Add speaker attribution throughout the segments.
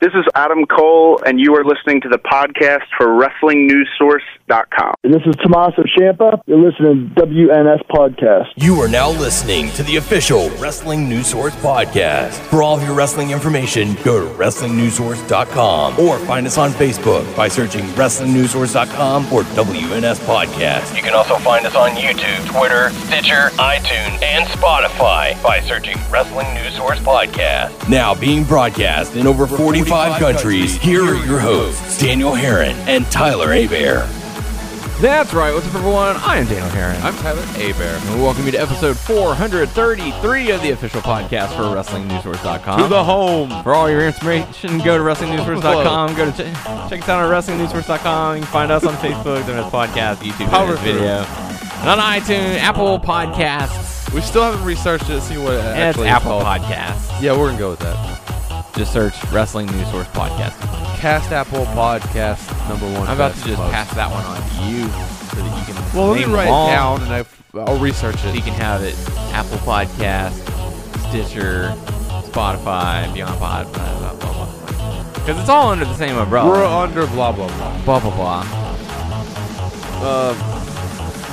Speaker 1: This is Adam Cole, and you are listening to the podcast for WrestlingNewsSource.com.
Speaker 2: And this is Tommaso Champa. You're listening to WNS Podcast.
Speaker 3: You are now listening to the official Wrestling News Source podcast. For all of your wrestling information, go to WrestlingNewsSource.com or find us on Facebook by searching WrestlingNewsSource.com or WNS Podcast. You can also find us on YouTube, Twitter, Stitcher, iTunes, and Spotify by searching Wrestling News Source Podcast. Now being broadcast in over 45 countries, here are your hosts, Daniel Herron and Tyler Abear.
Speaker 4: That's right. What's up, everyone? I am Daniel Herron. I'm Tyler Abear. And we welcome you to episode 433 of the official podcast for WrestlingNewsSource.com.
Speaker 5: to the home.
Speaker 4: Uh-huh. For all your information, go to WrestlingNewsSource.com. Go to ch- check us out on WrestlingNewsSource.com. You can find us on Facebook, the podcast, YouTube,
Speaker 5: Power
Speaker 4: Power video, and on iTunes, Apple Podcasts,
Speaker 5: We still haven't researched it to see what it
Speaker 4: and it's
Speaker 5: actually is
Speaker 4: Apple
Speaker 5: called.
Speaker 4: Podcasts.
Speaker 5: Yeah, we're gonna go with that.
Speaker 4: Just search Wrestling News Source Podcast.
Speaker 5: Cast Apple Podcast number one.
Speaker 4: I'm about to
Speaker 5: best
Speaker 4: just
Speaker 5: post.
Speaker 4: pass that one on to you so that you can
Speaker 5: Well, let
Speaker 4: name
Speaker 5: me write
Speaker 4: them all.
Speaker 5: it down and I, I'll research
Speaker 4: So you
Speaker 5: it.
Speaker 4: can have it Apple Podcast, Stitcher, Spotify, Beyond Pod, blah, blah, blah, blah. Because it's all under the same
Speaker 5: We're
Speaker 4: umbrella.
Speaker 5: under blah blah blah.
Speaker 4: blah, blah, blah.
Speaker 5: Uh,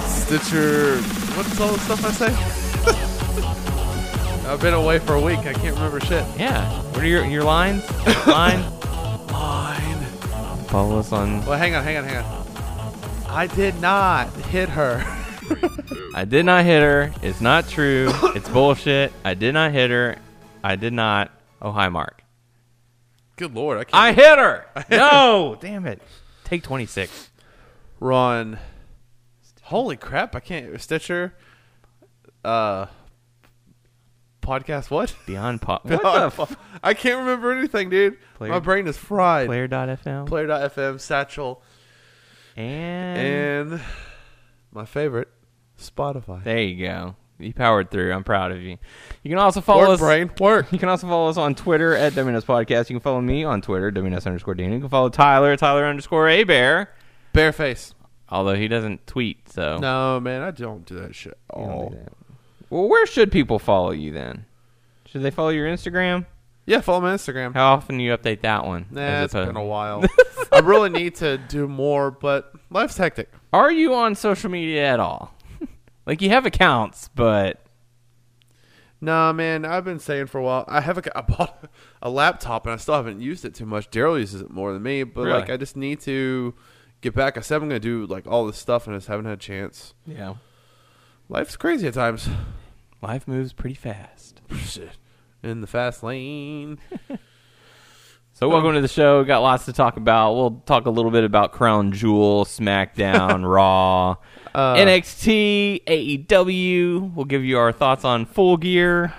Speaker 5: Stitcher. What's all the stuff I say? I've been away for a week. I can't remember shit.
Speaker 4: Yeah. What are your, your lines? Line?
Speaker 5: Mine.
Speaker 4: Follow us on.
Speaker 5: Well, hang on, hang on, hang on. I did not hit her.
Speaker 4: I did not hit her. It's not true. it's bullshit. I did not hit her. I did not. Oh, hi, Mark.
Speaker 5: Good lord, I can't.
Speaker 4: I hit her. No. Damn it. Take 26.
Speaker 5: run. Holy crap! I can't Stitcher. Uh, podcast what?
Speaker 4: Beyond Pod. What the fuck?
Speaker 5: I can't remember anything, dude.
Speaker 4: Player-
Speaker 5: My brain is fried.
Speaker 4: Player.fm.
Speaker 5: Player.fm, Satchel,
Speaker 4: and.
Speaker 5: and my favorite, Spotify.
Speaker 4: There you go. You powered through. I'm proud of you. You can also follow
Speaker 5: Work,
Speaker 4: us.
Speaker 5: brain, work.
Speaker 4: You can also follow us on Twitter at WNS Podcast. You can follow me on Twitter, WNS underscore Daniel. You can follow Tyler, Tyler underscore A Bear.
Speaker 5: Bareface.
Speaker 4: Although he doesn't tweet, so.
Speaker 5: No, man, I Oh. don't do that shit.
Speaker 4: He don't
Speaker 5: Oh,
Speaker 4: do that. Well, where should people follow you then? Should they follow your Instagram?
Speaker 5: yeah. Follow my Instagram.
Speaker 4: How often do you update that one?
Speaker 5: Nah,
Speaker 4: As
Speaker 5: it's
Speaker 4: opposed-
Speaker 5: been a while. I really need to do more, but life's hectic.
Speaker 4: Are you on social media at all? like, you have accounts, but.
Speaker 5: Nah, man, I've been saying for a while. I have a, I bought a laptop and I still haven't used it too much. Daryl uses it more than me, but
Speaker 4: Really?
Speaker 5: like I just need to get back. I said I'm gonna do like all this stuff and I just haven't had a chance.
Speaker 4: Yeah.
Speaker 5: Life's crazy at times.
Speaker 4: Life moves pretty fast.
Speaker 5: Shit. In the fast lane.
Speaker 4: So welcome to the show. Got lots to talk about. We'll talk a little bit about Crown Jewel, SmackDown, Raw,
Speaker 5: Uh.
Speaker 4: NXT, AEW. E We'll give you our thoughts on Full Gear.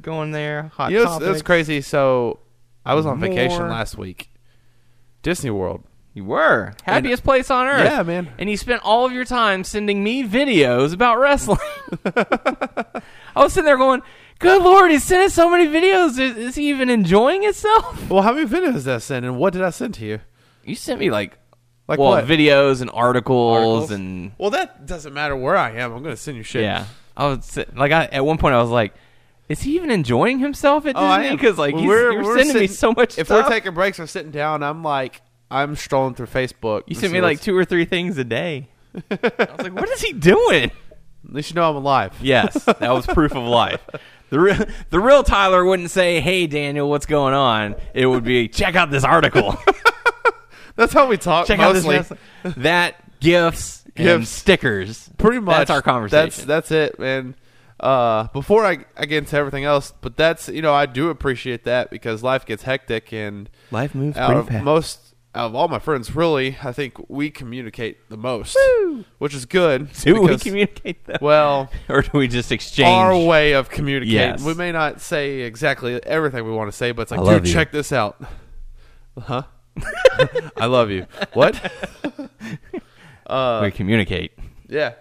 Speaker 4: Going there, hot
Speaker 5: You know, it's,
Speaker 4: topics.
Speaker 5: it's crazy. So I was on vacation
Speaker 4: More.
Speaker 5: last week. Disney World.
Speaker 4: You were happiest place on earth.
Speaker 5: Yeah, man.
Speaker 4: And you spent all of your time sending me videos about wrestling. I was sitting there going, "Good lord, he's sending so many videos. Is, is he even enjoying himself?"
Speaker 5: Well, how many videos did I send and what did I send to you?
Speaker 4: You sent me like,
Speaker 5: Like
Speaker 4: well,
Speaker 5: what?
Speaker 4: videos and articles,
Speaker 5: Articles?
Speaker 4: and
Speaker 5: Well, that doesn't matter where I am. I'm gonna send you shit.
Speaker 4: Yeah, I was sit- like, I, at one point, I was like, "Is he even enjoying himself
Speaker 5: Oh,
Speaker 4: at Disney?" Because like,
Speaker 5: When
Speaker 4: he's, you're sending me
Speaker 5: sitting-
Speaker 4: so much
Speaker 5: If
Speaker 4: stuff.
Speaker 5: we're taking breaks or sitting down, I'm like, I'm strolling through Facebook.
Speaker 4: you
Speaker 5: to
Speaker 4: sent
Speaker 5: see
Speaker 4: me like
Speaker 5: what's-
Speaker 4: two or three things a day. I was like, "What is he doing?"
Speaker 5: At least you know I'm alive.
Speaker 4: Yes, that was proof of life. The real, the real Tyler wouldn't say, "Hey Daniel, what's going on?" It would be, "Check out this article.
Speaker 5: That's how we talk
Speaker 4: Check
Speaker 5: mostly.
Speaker 4: out this that gifts, and
Speaker 5: Gifts.
Speaker 4: stickers."
Speaker 5: Pretty much.
Speaker 4: That's our conversation.
Speaker 5: That's that's it, man. Uh, before I, I get into everything else, but that's you know I do appreciate that because life gets hectic and
Speaker 4: Life moves
Speaker 5: out
Speaker 4: pretty
Speaker 5: of
Speaker 4: fast.
Speaker 5: most out of all my friends really I think we communicate the most, which is good.
Speaker 4: do we
Speaker 5: because-
Speaker 4: communicate that,
Speaker 5: Well,
Speaker 4: or do we just exchange?
Speaker 5: our way of communicating.
Speaker 4: Yes.
Speaker 5: We may not say exactly everything we want to say, but it's like,
Speaker 4: I love
Speaker 5: dude,
Speaker 4: you."
Speaker 5: check this out. Huh? I love you. What?
Speaker 4: we communicate.
Speaker 5: Yeah.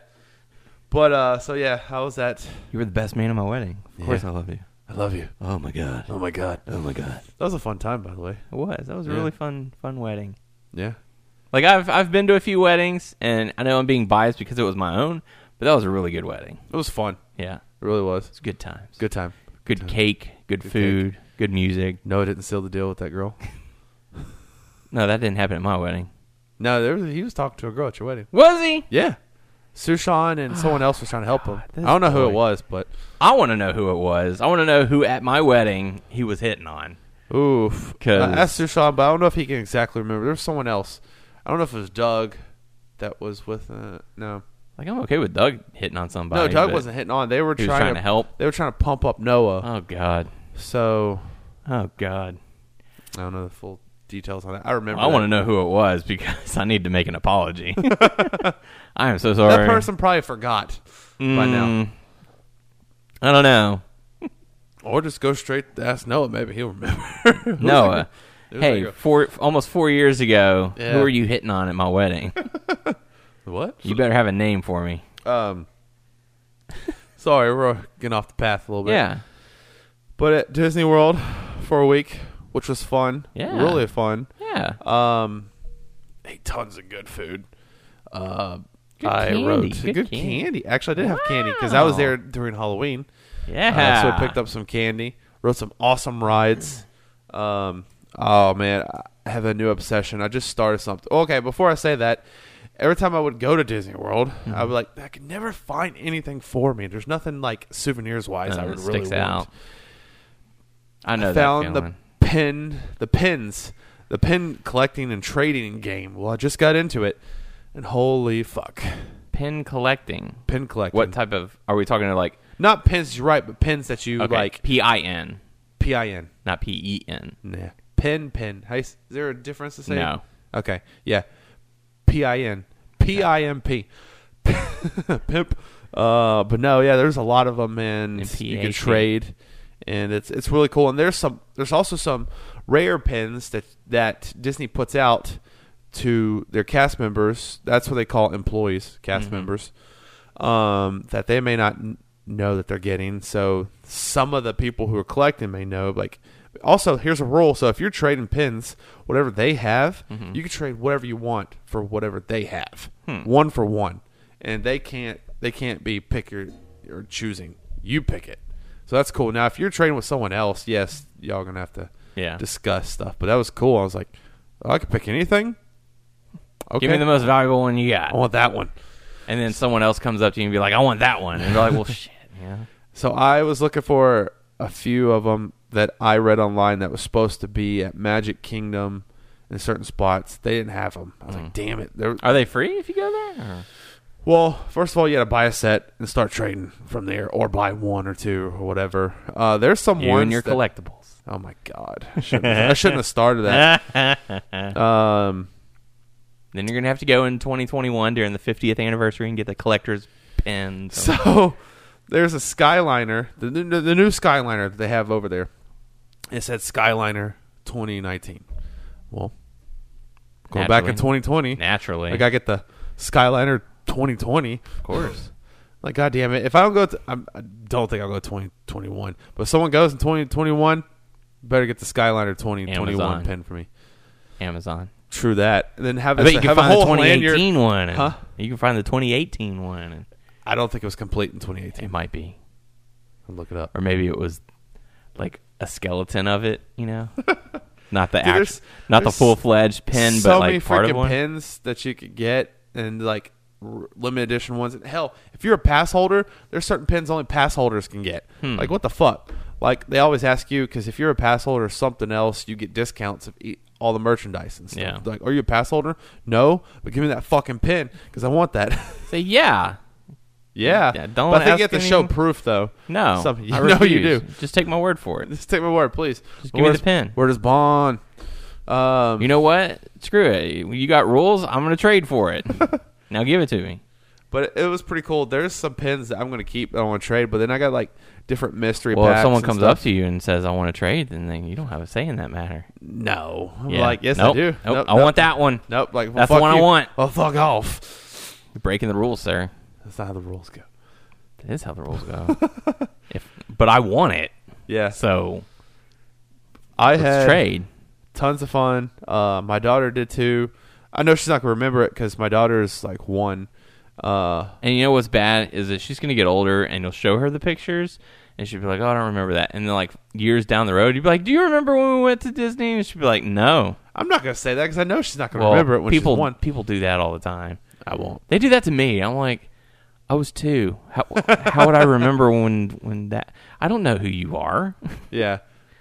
Speaker 5: But uh so yeah, how was that?
Speaker 4: You were the best man at my wedding. Of course I love you.
Speaker 5: I love you.
Speaker 4: Oh my god.
Speaker 5: Oh my god. That
Speaker 4: Oh my god.
Speaker 5: was a fun time by the way.
Speaker 4: It was. That was a
Speaker 5: Yeah.
Speaker 4: really fun fun wedding.
Speaker 5: Yeah.
Speaker 4: Like I've I've been to a few weddings and I know I'm being biased because it was my own, but that was a really good wedding.
Speaker 5: It was fun.
Speaker 4: Yeah.
Speaker 5: It really was.
Speaker 4: It's good times.
Speaker 5: Good time.
Speaker 4: Good cake, good,
Speaker 5: Good
Speaker 4: food, good music.
Speaker 5: No, I didn't seal the deal with that girl.
Speaker 4: No, that didn't happen at my wedding.
Speaker 5: No, there was, he was talking to a girl at your wedding.
Speaker 4: Was he?
Speaker 5: Yeah. Sushan and someone else was trying to help him. I don't know who it was, but
Speaker 4: I want to know who it was. I want to know who at my wedding he was hitting on.
Speaker 5: oof.
Speaker 4: 'Cause-
Speaker 5: I asked Sushan, but I don't know if he can exactly remember. There was someone else. I don't know if it was Doug that was with. Uh, no,
Speaker 4: Like I'm okay with Doug hitting on somebody.
Speaker 5: no, Doug
Speaker 4: but-
Speaker 5: wasn't hitting on. They were
Speaker 4: he was
Speaker 5: trying,
Speaker 4: trying to help.
Speaker 5: They were trying to pump up Noah.
Speaker 4: Oh God.
Speaker 5: so
Speaker 4: Oh God.
Speaker 5: I don't know the full details on that. I remember.
Speaker 4: I
Speaker 5: that.
Speaker 4: want to know who it was because I need to make an apology. I am so sorry.
Speaker 5: That person probably forgot by now,
Speaker 4: Mm, I don't know.
Speaker 5: or just go straight to ask Noah. Maybe he'll remember. Who's
Speaker 4: Noah.
Speaker 5: Who's
Speaker 4: uh, hey,
Speaker 5: that girl?
Speaker 4: four almost four years ago,
Speaker 5: Yeah.
Speaker 4: who were you hitting on at my wedding?
Speaker 5: the- what?
Speaker 4: you better have a name for me.
Speaker 5: Um, sorry, we're getting off the path a little bit.
Speaker 4: Yeah.
Speaker 5: But at Disney World for a week, which was fun.
Speaker 4: Yeah.
Speaker 5: Really fun.
Speaker 4: Yeah.
Speaker 5: Um, ate tons of good food. Uh, I
Speaker 4: candy,
Speaker 5: wrote
Speaker 4: good
Speaker 5: good,
Speaker 4: candy.
Speaker 5: candy. Actually, I did have candy because I was
Speaker 4: Wow.
Speaker 5: there during Halloween.
Speaker 4: yeah.
Speaker 5: Uh, so I picked up some candy, rode some awesome rides. Um, oh man, I have a new obsession. I just started something. Okay, before I say that, every time I would go to Disney World,
Speaker 4: Mm-hmm.
Speaker 5: I would like I could never find anything for me. There's nothing like souvenirs wise I
Speaker 4: Nothing
Speaker 5: would
Speaker 4: that
Speaker 5: really
Speaker 4: Uh, sticks
Speaker 5: want.
Speaker 4: out. I know
Speaker 5: I
Speaker 4: that
Speaker 5: found the
Speaker 4: feeling.
Speaker 5: pin, the pins, the pin collecting and trading game. Well, I just got into it, and holy fuck,
Speaker 4: pin collecting.
Speaker 5: pin collecting.
Speaker 4: What type of are we talking to like
Speaker 5: Not pins, you're right, but pins that you
Speaker 4: okay,
Speaker 5: like.
Speaker 4: P I N,
Speaker 5: P I N.
Speaker 4: not P E N.
Speaker 5: Nah. Pin, pin. How you s- is there a difference to say?
Speaker 4: No.
Speaker 5: Okay. Yeah. P I N. P I M P. Pimp. Uh, but no, yeah, there's a lot of them, and
Speaker 4: And
Speaker 5: you can
Speaker 4: PAC.
Speaker 5: trade, and it's it's really cool. And there's some, there's also some rare pins that that Disney puts out to their cast members. That's what they call employees, cast members, um, that they may not n- know that they're getting. So some of the people who are collecting may know. Like, also here's a rule: so if you're trading pins, whatever they have, you can trade whatever you want for whatever they have, one for one, and they can't they can't be pick your or choosing. You pick it. So that's cool. Now, if you're trading with someone else, yes, y'all gonna have to
Speaker 4: Yeah.
Speaker 5: discuss stuff. But that was cool. I was like, oh, I could pick anything. Okay.
Speaker 4: Give me the most valuable one you got,
Speaker 5: I want that one.
Speaker 4: and then someone else comes up to you and be like, "I want that one," and they're like, "Well, shit, yeah."
Speaker 5: So I was looking for a few of them that I read online that was supposed to be at Magic Kingdom in certain spots. They didn't have them. I was
Speaker 4: Mm.
Speaker 5: like, damn it. They're,
Speaker 4: Are they free if you go there? or-
Speaker 5: well, first of all, you got to buy a set and start trading from there, or buy one or two or whatever. Uh, there's some
Speaker 4: You
Speaker 5: ones
Speaker 4: and your
Speaker 5: that-
Speaker 4: collectibles.
Speaker 5: Oh my god! I shouldn't, I shouldn't have started that. um,
Speaker 4: Then you're gonna have to go in 2021 during the 50th anniversary and get the collector's pins.
Speaker 5: So there's a Skyliner, the, the, the new Skyliner that they have over there. It said Skyliner 2019. Well, go back in
Speaker 4: Naturally.
Speaker 5: 2020.
Speaker 4: naturally,
Speaker 5: Like I get the Skyliner 2020. Of course. like God damn it! If I don't go, to, I'm, I don't think I'll go 2021. But if someone goes in 2021, better get the Skyliner 2021
Speaker 4: Amazon.
Speaker 5: pin for me.
Speaker 4: Amazon.
Speaker 5: True that. And then have
Speaker 4: I
Speaker 5: this-
Speaker 4: bet you
Speaker 5: have
Speaker 4: can
Speaker 5: a
Speaker 4: find the
Speaker 5: whole lanyard-
Speaker 4: 2018 one. and-
Speaker 5: Huh?
Speaker 4: You can find the 2018 one. and-
Speaker 5: I don't think it was complete in 2018.
Speaker 4: It might be,
Speaker 5: I'll look it up.
Speaker 4: or maybe it was like a skeleton of it. You know, not the act,
Speaker 5: there's-
Speaker 4: not the
Speaker 5: there's
Speaker 4: full fledged pin,
Speaker 5: so
Speaker 4: but
Speaker 5: many
Speaker 4: like part of
Speaker 5: freaking
Speaker 4: one.
Speaker 5: pins that you could get and like r- limited edition ones. And hell, if you're a pass holder, there's certain pins only pass holders can get.
Speaker 4: Hmm.
Speaker 5: Like what the fuck? Like they always ask you because if you're a pass holder or something else, you get discounts of e- all the merchandise and stuff.
Speaker 4: Yeah.
Speaker 5: Like, are you a pass holder? No, but give me that fucking pin because I want that.
Speaker 4: Say yeah.
Speaker 5: yeah.
Speaker 4: Yeah, don't
Speaker 5: But I think
Speaker 4: ask
Speaker 5: you have to show
Speaker 4: anyone.
Speaker 5: proof though.
Speaker 4: No,
Speaker 5: Some, you
Speaker 4: I
Speaker 5: know you
Speaker 4: refuse.
Speaker 5: do.
Speaker 4: Just take my word for it.
Speaker 5: Just take my word, please.
Speaker 4: Just give me the
Speaker 5: Where's-
Speaker 4: pin.
Speaker 5: Where does Bond? Um,
Speaker 4: You know what? Screw it. You got rules. I'm gonna trade for it. now give it to me.
Speaker 5: But it was pretty cool. There's some pins that I'm gonna keep. that I want to trade, but then I got like different mystery.
Speaker 4: Well,
Speaker 5: packs
Speaker 4: if someone
Speaker 5: and
Speaker 4: comes
Speaker 5: stuff.
Speaker 4: up to you and says, "I want to trade," then, then you don't have a say in that matter.
Speaker 5: no, I'm
Speaker 4: Yeah.
Speaker 5: like yes,
Speaker 4: nope.
Speaker 5: I do.
Speaker 4: Nope. I want that one.
Speaker 5: Nope, like well,
Speaker 4: That's the
Speaker 5: fuck
Speaker 4: one I
Speaker 5: you.
Speaker 4: want.
Speaker 5: Well, fuck off.
Speaker 4: You're breaking the rules, sir.
Speaker 5: That's not how the rules go.
Speaker 4: That is how the rules go. if, but I want it,
Speaker 5: Yeah,
Speaker 4: so
Speaker 5: I
Speaker 4: let's
Speaker 5: had
Speaker 4: trade.
Speaker 5: tons of fun. Uh, my daughter did too. I know she's not gonna remember it because my daughter is like one. Uh,
Speaker 4: And you know what's bad is that she's gonna get older, and you'll show her the pictures, and she'll be like, "Oh, I don't remember that." And then like years down the road, you'd be like, "Do you remember when we went to Disney?" And she'd be like, "No."
Speaker 5: I'm not gonna say that because I know she's not gonna
Speaker 4: Well,
Speaker 5: remember it when
Speaker 4: people
Speaker 5: she's one.
Speaker 4: people do that all the time.
Speaker 5: I won't.
Speaker 4: They do that to me. I'm like, I was two. How how would I remember when when that? I don't know who you are.
Speaker 5: Yeah,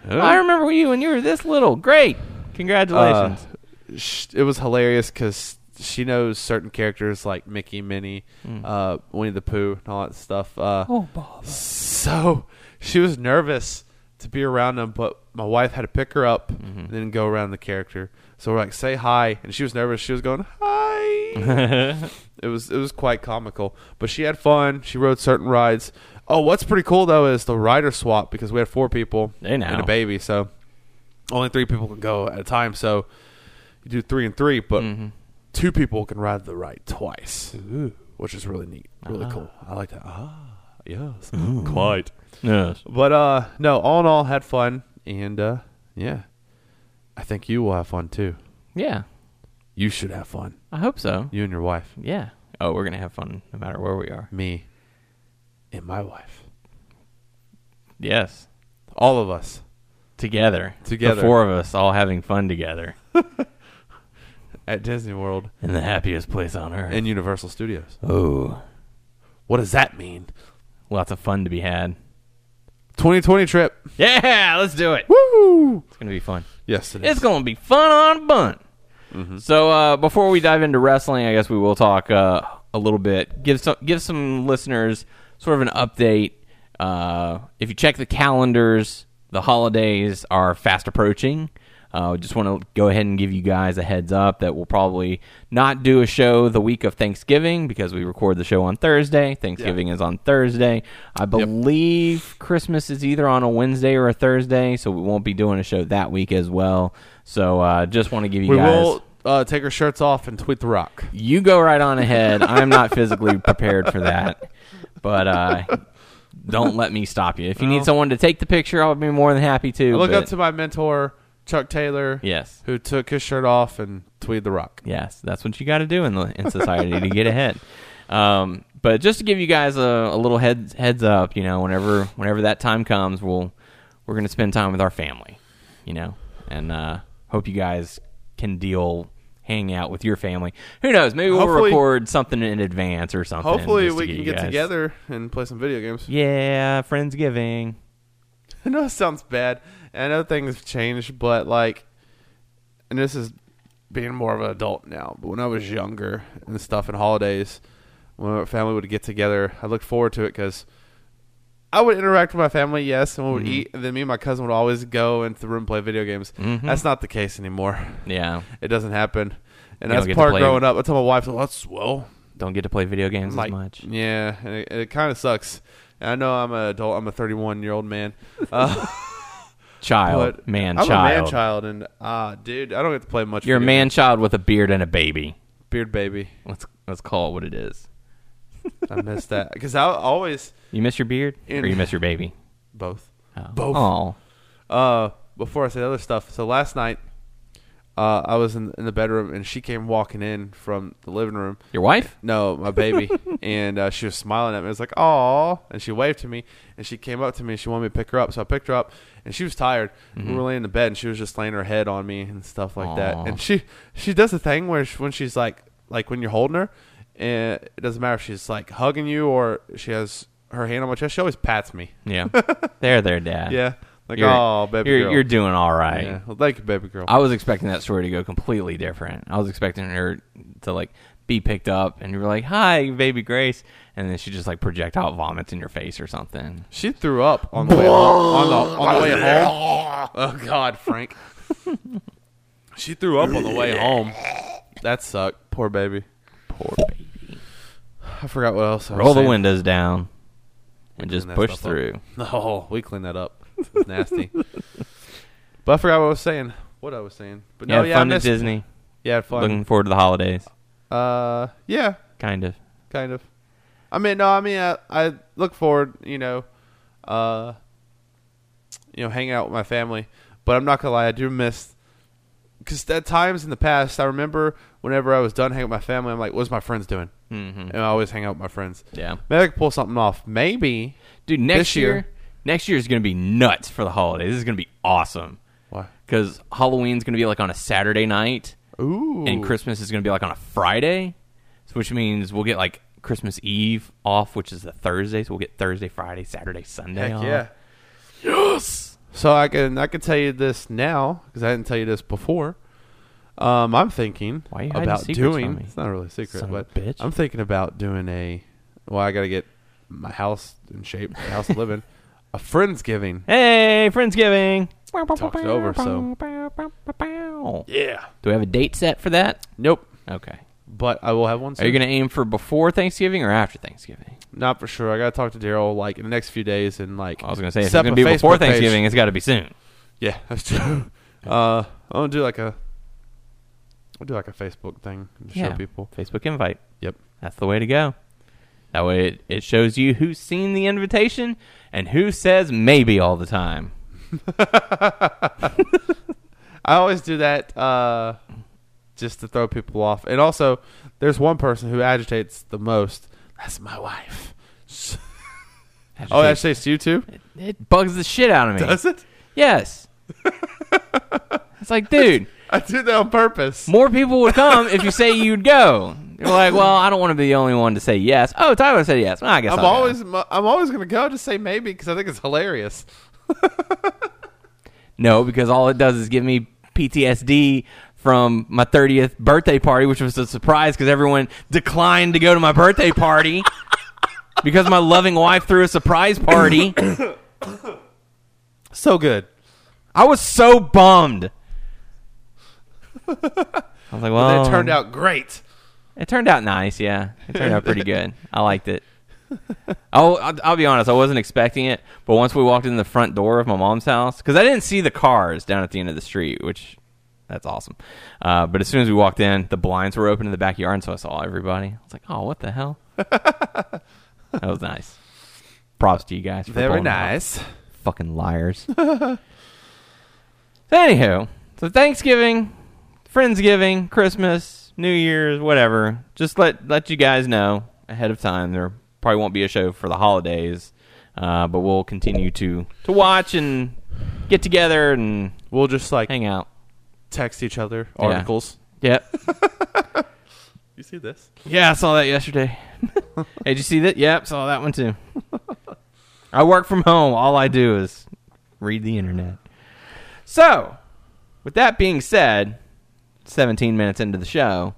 Speaker 4: I remember you when you were this little. Great,
Speaker 5: Uh,
Speaker 4: congratulations.
Speaker 5: sh- it was hilarious because she knows certain characters like Mickey, Minnie, uh, Winnie the Pooh, and all that stuff. Uh,
Speaker 4: Hmm. oh, Bob.
Speaker 5: So she was nervous to be around them, but my wife had to pick her up
Speaker 4: Mm-hmm.
Speaker 5: and then go around the character. So we're like, say hi, and she was nervous. She was going hi. it was it was quite comical, but she had fun. She rode certain rides. Oh, what's pretty cool though is the rider swap because we had four people
Speaker 4: They know.
Speaker 5: and a baby, so only three people can go at a time. So you do three and three, but two people can ride the ride twice, which is really neat, really cool. I like that. Ah, yes, quite.
Speaker 4: Yes.
Speaker 5: But uh, no, all in all, had fun, and uh, yeah, I think you will have fun too.
Speaker 4: Yeah,
Speaker 5: You should have fun,
Speaker 4: I hope so.
Speaker 5: you and your wife,
Speaker 4: Yeah. Oh, we're gonna have fun no matter where we are.
Speaker 5: me, and my wife,
Speaker 4: Yes,
Speaker 5: all of us.
Speaker 4: together,
Speaker 5: Together.
Speaker 4: the four of us all having fun together
Speaker 5: At Disney World
Speaker 4: in the happiest place on earth.
Speaker 5: and Universal Studios.
Speaker 4: oh,
Speaker 5: What does that mean?
Speaker 4: lots of fun to be had.
Speaker 5: 2020 trip.
Speaker 4: Yeah, let's do it.
Speaker 5: Woo!
Speaker 4: It's gonna be fun.
Speaker 5: Yes, it is.
Speaker 4: It's going to be fun on bunt. So uh, before we dive into wrestling, I guess we will talk uh, a little bit. Give some give some listeners sort of an update. Uh, if you check the calendars, the holidays are fast approaching. Uh, we just want to go ahead and give you guys a heads up that we'll probably not do a show the week of Thanksgiving because we record the show on Thursday. Thanksgiving is on Thursday. I believe Christmas is either on a Wednesday or a Thursday, so we won't be doing a show that week as well. So uh, just want to give you
Speaker 5: we
Speaker 4: guys
Speaker 5: will uh, take our shirts off and tweet the rock.
Speaker 4: you go right on ahead. I'm not physically prepared for that, but uh, don't let me stop you. If you need someone to take the picture, I'll be more than happy to.
Speaker 5: I look
Speaker 4: but
Speaker 5: up to my mentor, Chuck Taylor,
Speaker 4: yes,
Speaker 5: who took his shirt off and tweeted the rock.
Speaker 4: yes, that's what you got to do in the in society to get ahead. Um, but just to give you guys a, a little heads heads up, you know, whenever whenever that time comes, we'll we're gonna spend time with our family, you know, and uh, hope you guys can deal. Hang out with your family. Who knows? Maybe we'll
Speaker 5: Hopefully-
Speaker 4: record something in advance or something.
Speaker 5: Hopefully,
Speaker 4: just to
Speaker 5: we can
Speaker 4: you
Speaker 5: get
Speaker 4: guys-
Speaker 5: together and play some video games.
Speaker 4: Yeah, Friendsgiving.
Speaker 5: I know it sounds bad. and I know things have changed, but like, and this is being more of an adult now. But when I was younger and stuff, and holidays, when our family would get together, I looked forward to it because I would interact with my family, yes, and we would
Speaker 4: Mm-hmm.
Speaker 5: eat. And then me and my cousin would always go into the room and play video games. That's not the case anymore.
Speaker 4: Mm-hmm. Yeah,
Speaker 5: It doesn't happen. And
Speaker 4: You don't
Speaker 5: that's
Speaker 4: get to
Speaker 5: part of
Speaker 4: play-
Speaker 5: growing up. I tell my wife, "Well, that's well,
Speaker 4: don't get to play video games
Speaker 5: like,
Speaker 4: as much.
Speaker 5: Yeah, and it, it kind of sucks. And I know I'm an adult. I'm a 31 year old man. Uh,
Speaker 4: Child,
Speaker 5: but
Speaker 4: man,
Speaker 5: I'm
Speaker 4: child.
Speaker 5: a man child, and ah, dude, I don't get to play much.
Speaker 4: You're a
Speaker 5: video
Speaker 4: man
Speaker 5: games.
Speaker 4: child with a beard and a baby.
Speaker 5: beard baby.
Speaker 4: Let's let's call it what it is.
Speaker 5: I miss that because I always
Speaker 4: You miss your beard,
Speaker 5: In-
Speaker 4: or you miss your baby.
Speaker 5: both.
Speaker 4: Oh.
Speaker 5: Both.
Speaker 4: Aw.
Speaker 5: Uh, before I say the other stuff, so last night, uh, I was in, in the bedroom and she came walking in from the living room.
Speaker 4: your wife?
Speaker 5: No, my baby. and uh, she was smiling at me. I was like, "Aw!" And she waved to me, and she came up to me. and She wanted me to pick her up, so I picked her up. And she was tired. We were laying in the bed, and she was just laying her head on me and stuff like that.
Speaker 4: Mm-hmm. Aw.
Speaker 5: And she she does the thing where she, when she's like like when you're holding her, and it doesn't matter if she's like hugging you or she has her hand on my chest. She always pats me.
Speaker 4: Yeah, there, there, dad.
Speaker 5: Yeah, like
Speaker 4: You're-
Speaker 5: oh baby
Speaker 4: you're
Speaker 5: girl.
Speaker 4: you're doing all right.
Speaker 5: Yeah. Well, thank you, baby girl.
Speaker 4: I was expecting that story to go completely different. I was expecting her to like be picked up, and you were like, "Hi, baby Grace," and then she just like projectile vomits in your face or something.
Speaker 5: She threw up on the way on the, on the way home. Oh God, Frank. she threw up on the way home. That sucked. Poor baby.
Speaker 4: Poor baby.
Speaker 5: I forgot what else. I was
Speaker 4: Roll the
Speaker 5: saying.
Speaker 4: windows down and just
Speaker 5: Clean that
Speaker 4: push
Speaker 5: stuff up.
Speaker 4: through.
Speaker 5: No, Oh, we cleaned that up. It's nasty. but I forgot what I was saying. What I was saying. But
Speaker 4: Yeah,
Speaker 5: no, yeah, I
Speaker 4: fun at
Speaker 5: missed.
Speaker 4: Disney.
Speaker 5: Yeah, had fun.
Speaker 4: Looking forward to the holidays,
Speaker 5: Uh, yeah,
Speaker 4: kind of.
Speaker 5: kind of. I mean, no, I mean, I, I look forward, you know, uh, you know, hanging out with my family. But I'm not gonna lie, I do miss because at times in the past, I remember whenever I was done hanging with my family, I'm like, "What's my friends doing?" Mm-hmm. And I always hang out with my friends.
Speaker 4: Yeah.
Speaker 5: maybe I could pull something off. Maybe
Speaker 4: Dude, next
Speaker 5: This
Speaker 4: year,
Speaker 5: year-
Speaker 4: next year is going to be nuts for the holidays. This is going to be awesome.
Speaker 5: Why?
Speaker 4: Because Halloween's going to be like on a Saturday night,
Speaker 5: Ooh.
Speaker 4: and Christmas is going to be like on a Friday, so which means we'll get like Christmas Eve off, which is the Thursday. So we'll get Thursday, Friday, Saturday, Sunday.
Speaker 5: Heck
Speaker 4: off.
Speaker 5: yeah. Yes. So I can I can tell you this now because I didn't tell you this before. Um, I'm thinking
Speaker 4: Why are you hiding
Speaker 5: about
Speaker 4: secrets
Speaker 5: doing.
Speaker 4: from me?
Speaker 5: It's not really a secret,
Speaker 4: Son of a
Speaker 5: but
Speaker 4: bitch.
Speaker 5: I'm thinking about doing a. Well, I got to get my house in shape, my house to live in. A friendsgiving.
Speaker 4: Hey, Friendsgiving.
Speaker 5: Talked it over, so- Yeah.
Speaker 4: Do we have a date set for that?
Speaker 5: Nope.
Speaker 4: Okay.
Speaker 5: But I will have one.
Speaker 4: Are you
Speaker 5: soon.
Speaker 4: going to aim for before Thanksgiving or after Thanksgiving?
Speaker 5: Not for sure. I got to talk to Daryl like in the next few days and like.
Speaker 4: I was going to say, if it's
Speaker 5: set up
Speaker 4: going to
Speaker 5: a
Speaker 4: be before
Speaker 5: Facebook page.
Speaker 4: Thanksgiving, it's got to be soon.
Speaker 5: Yeah, that's true. Uh, I'm gonna do like a. I'll do like a Facebook thing and just show people.
Speaker 4: Facebook invite.
Speaker 5: Yep.
Speaker 4: That's the way to go. That way it, it shows you who's seen the invitation and who says maybe all the time.
Speaker 5: I always do that uh, just to throw people off. And also, there's one person who agitates the most. That's my wife. Oh, that
Speaker 4: Agitates-
Speaker 5: agitates you too?
Speaker 4: it bugs the shit out of me.
Speaker 5: Does it?
Speaker 4: Yes. it's like, dude,
Speaker 5: I do that on purpose.
Speaker 4: more people would come if you say you'd go. You're like, well, I don't want to be the only one to say yes. Oh, Tyler said yes. Well, I guess
Speaker 5: I'm
Speaker 4: I'll go.
Speaker 5: always mu- I'm always gonna go. Just say maybe because I think it's hilarious.
Speaker 4: No, because all it does is give me PTSD from my 30th birthday party, which was a surprise because everyone declined to go to my birthday party because my loving wife threw a surprise party.
Speaker 5: So good.
Speaker 4: I was so bummed. I was like, well,
Speaker 5: And it turned out great.
Speaker 4: It turned out nice, yeah. It turned out pretty good. I liked it. I'll, I'll, I'll be honest, I wasn't expecting it, but once we walked in the front door of my mom's house, because I didn't see the cars down at the end of the street, which that's awesome. Uh, but as soon as we walked in, the blinds were open in the backyard, so I saw everybody. I was like, oh, what the hell? that was nice. Props to you guys. For
Speaker 5: Very
Speaker 4: pulling it off
Speaker 5: nice.
Speaker 4: fucking liars. so anywho, so Thanksgiving, Friendsgiving, Christmas, New Year's, whatever. Just let let you guys know ahead of time. There probably won't be a show for the holidays, uh, but we'll continue to to watch and get together and
Speaker 5: We'll just like
Speaker 4: hang out.
Speaker 5: text each other
Speaker 4: Yeah.
Speaker 5: articles.
Speaker 4: Yep.
Speaker 5: You see this?
Speaker 4: Yeah, I saw that yesterday. hey, did you see that? Yep, saw that one too. I work from home. All I do is read the internet. So, with that being said, 17 minutes into the show,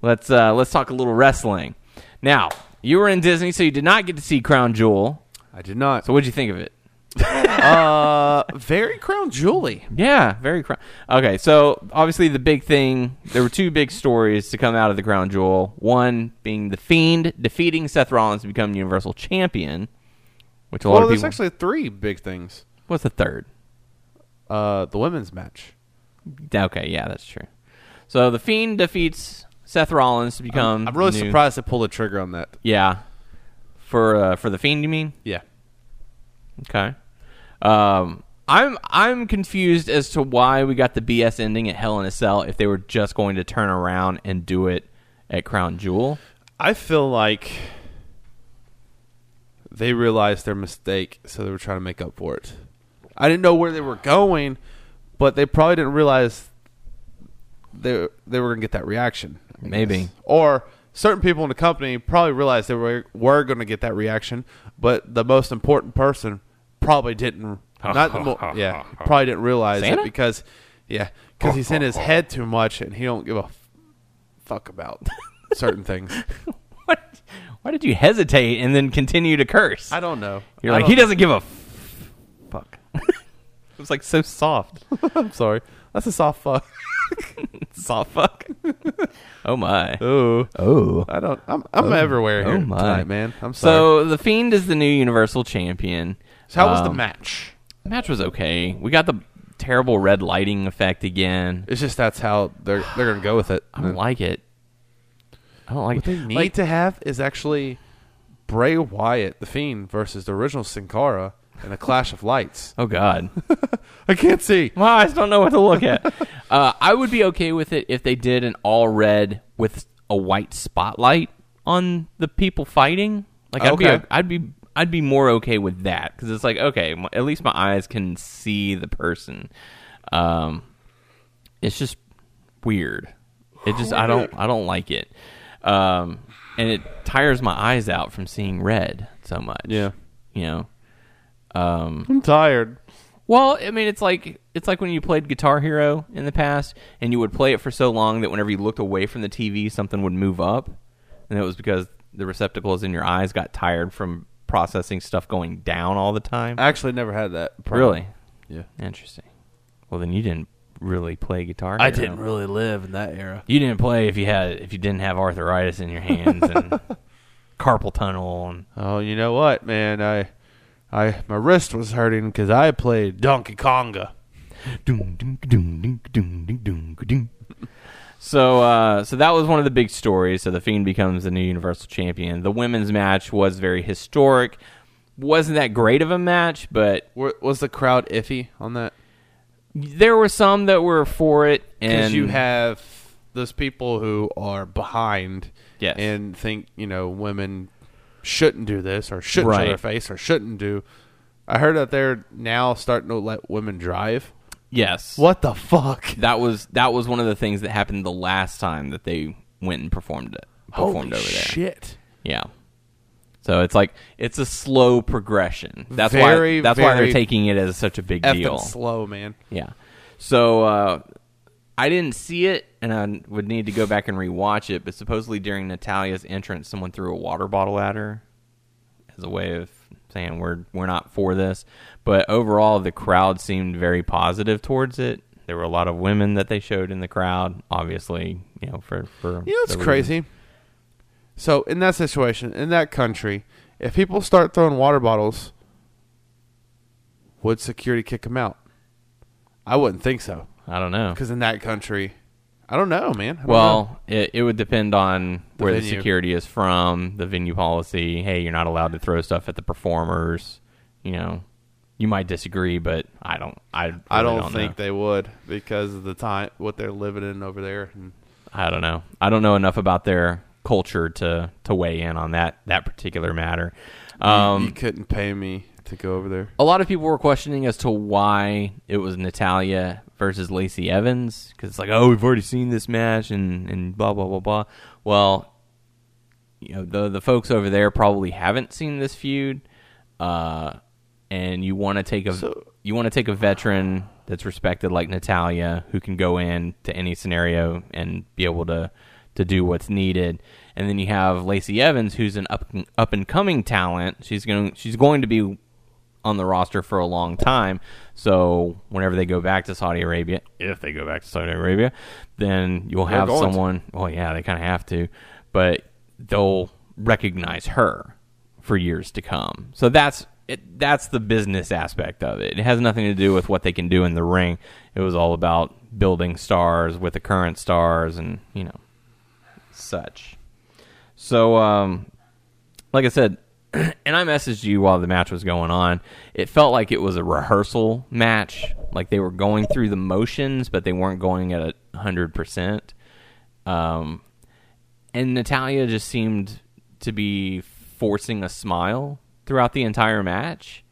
Speaker 4: let's uh, let's talk a little wrestling. Now, you were in Disney, so you did not get to see Crown Jewel.
Speaker 5: I did not.
Speaker 4: So, what'd you think of it?
Speaker 5: uh, very crown jewelry.
Speaker 4: Yeah, very crown. Okay, so obviously the big thing, there were two big stories to come out of the crown jewel. One being the Fiend defeating Seth Rollins to become Universal Champion, which a lot
Speaker 5: Well,
Speaker 4: of
Speaker 5: there's
Speaker 4: people.
Speaker 5: actually three big things.
Speaker 4: what's the third?
Speaker 5: Uh, the women's match.
Speaker 4: Okay, yeah, that's true. So the Fiend defeats Seth Rollins to become.
Speaker 5: I'm really
Speaker 4: the new-
Speaker 5: surprised they pulled the trigger on that.
Speaker 4: Yeah, for uh, for the Fiend, you mean?
Speaker 5: Yeah.
Speaker 4: Okay. Um, I'm I'm confused as to why we got the BS ending at Hell in a Cell if they were just going to turn around and do it at Crown Jewel.
Speaker 5: I feel like they realized their mistake, so they were trying to make up for it. I didn't know where they were going, but they probably didn't realize they they were going to get that reaction. I guess.
Speaker 4: Maybe.
Speaker 5: Or certain people in the company probably realized they were were going to get that reaction, but the most important person probably didn't. Not the mo- yeah, probably didn't realize
Speaker 4: Santa?
Speaker 5: it because yeah, because he's in his head too much and he don't give a f- fuck about certain things.
Speaker 4: What? Why did you hesitate and then continue to curse?
Speaker 5: I don't know.
Speaker 4: You're
Speaker 5: I
Speaker 4: like
Speaker 5: don't
Speaker 4: he doesn't give a f- fuck. it was like so soft,
Speaker 5: know. I'm sorry. That's a soft fuck.
Speaker 4: soft fuck. oh my.
Speaker 5: Ooh.
Speaker 4: Oh.
Speaker 5: I don't. I'm I'm everywhere here
Speaker 4: Oh my
Speaker 5: tonight, man. I'm sorry.
Speaker 4: So the fiend is the new Universal Champion.
Speaker 5: So, how was the
Speaker 4: Um,
Speaker 5: match?
Speaker 4: the match was okay. We got the terrible red lighting effect again.
Speaker 5: It's just that's how they're they're gonna go with it.
Speaker 4: I don't like it. I don't like
Speaker 5: what
Speaker 4: it.
Speaker 5: they need
Speaker 4: Like,
Speaker 5: to have is actually Bray Wyatt, the Fiend, versus the original Sin Cara in a clash of lights.
Speaker 4: oh god.
Speaker 5: I can't see.
Speaker 4: Well, I just don't know what to look at. uh, I would be okay with it if they did an all red with a white spotlight on the people fighting. Like I'd
Speaker 5: Okay.
Speaker 4: be, I'd be, I'd be more okay with that because it's like okay, m- at least my eyes can see the person. Um, it's just weird. It just I don't I don't like it. Um, and it tires my eyes out from seeing red so much.
Speaker 5: Yeah.
Speaker 4: You know.
Speaker 5: I'm tired.
Speaker 4: Well, I mean, it's like it's like when you played Guitar Hero in the past, and you would play it for so long that whenever you looked away from the TV, something would move up, and it was because the receptacles in your eyes got tired from processing stuff going down all the time.
Speaker 5: I actually never had that. problem.
Speaker 4: really
Speaker 5: Yeah.
Speaker 4: interesting. Well, then you didn't really play Guitar. Hero.
Speaker 5: I didn't really live in that era.
Speaker 4: You didn't play if you had if you didn't have arthritis in your hands and carpal tunnel and
Speaker 5: Oh, you know what, man? I, I, my wrist was hurting because I played Donkey Konga.
Speaker 4: So, uh, so that was one of the big stories. So the Fiend becomes the new Universal Champion. The women's match was very historic. Wasn't that great of a match, but
Speaker 5: Wa- Was the crowd iffy on that?
Speaker 4: there were some that were for it.
Speaker 5: Because
Speaker 4: And
Speaker 5: you have those people who are behind
Speaker 4: Yes.
Speaker 5: and think, you know, women shouldn't do this or shouldn't show their
Speaker 4: Right.
Speaker 5: face or shouldn't do. I heard that they're now starting to let women drive.
Speaker 4: yes,
Speaker 5: What the fuck?
Speaker 4: that was that was one of the things that happened the last time that they went and performed it performed
Speaker 5: Holy
Speaker 4: over there.
Speaker 5: shit.
Speaker 4: Yeah. So it's like it's a slow progression. That's
Speaker 5: Very,
Speaker 4: why that's why
Speaker 5: very
Speaker 4: they're taking it as such a big
Speaker 5: Effing
Speaker 4: deal.
Speaker 5: slow, man.
Speaker 4: Yeah. So uh, I didn't see it, and I would need to go back and rewatch it. But supposedly during Natalia's entrance, someone threw a water bottle at her as a way of saying we're we're not for this. But overall, the crowd seemed very positive towards it. There were a lot of women that they showed in the crowd, obviously, you know, for for
Speaker 5: You know, it's
Speaker 4: the reason-
Speaker 5: crazy. So, in that situation, in that country, if people start throwing water bottles, would security kick them out? I wouldn't think so.
Speaker 4: I don't know.
Speaker 5: Because in that country, I don't know, man. I don't know.
Speaker 4: Well, it, it would depend on
Speaker 5: The
Speaker 4: where the
Speaker 5: venue.
Speaker 4: security is from, the venue policy. Hey, you're not allowed to throw stuff at the performers. You know, you might disagree, but I don't. I really
Speaker 5: I don't, think
Speaker 4: know.
Speaker 5: they would because of the time what they're living in over there. And
Speaker 4: I don't know. I don't know enough about their culture to to weigh in on that that particular matter. Um,
Speaker 5: you couldn't pay me to go over there.
Speaker 4: a lot of people were questioning as to why it was Natalia versus Lacey Evans because it's like, oh, we've already seen this match and and blah blah blah blah. Well, you know the the folks over there probably haven't seen this feud, uh, and you want to take a you want to take a veteran that's respected like Natalia who can go in to any scenario and be able to to do what's needed. And then you have Lacey Evans, who's an up up and coming talent. She's going she's going to be on the roster for a long time. So whenever they go back to Saudi Arabia, if they go back to Saudi Arabia, then you'll have
Speaker 5: going to.
Speaker 4: someone. Well, yeah, they kind of have to, but they'll recognize her for years to come. So that's it, that's the business aspect of it. It has nothing to do with what they can do in the ring. It was all about building stars with the current stars and you know such. So, um, like I said, and I messaged you while the match was going on. It felt like it was a rehearsal match. Like they were going through the motions, but they weren't going at a hundred percent. Um, and Natalia just seemed to be forcing a smile throughout the entire match.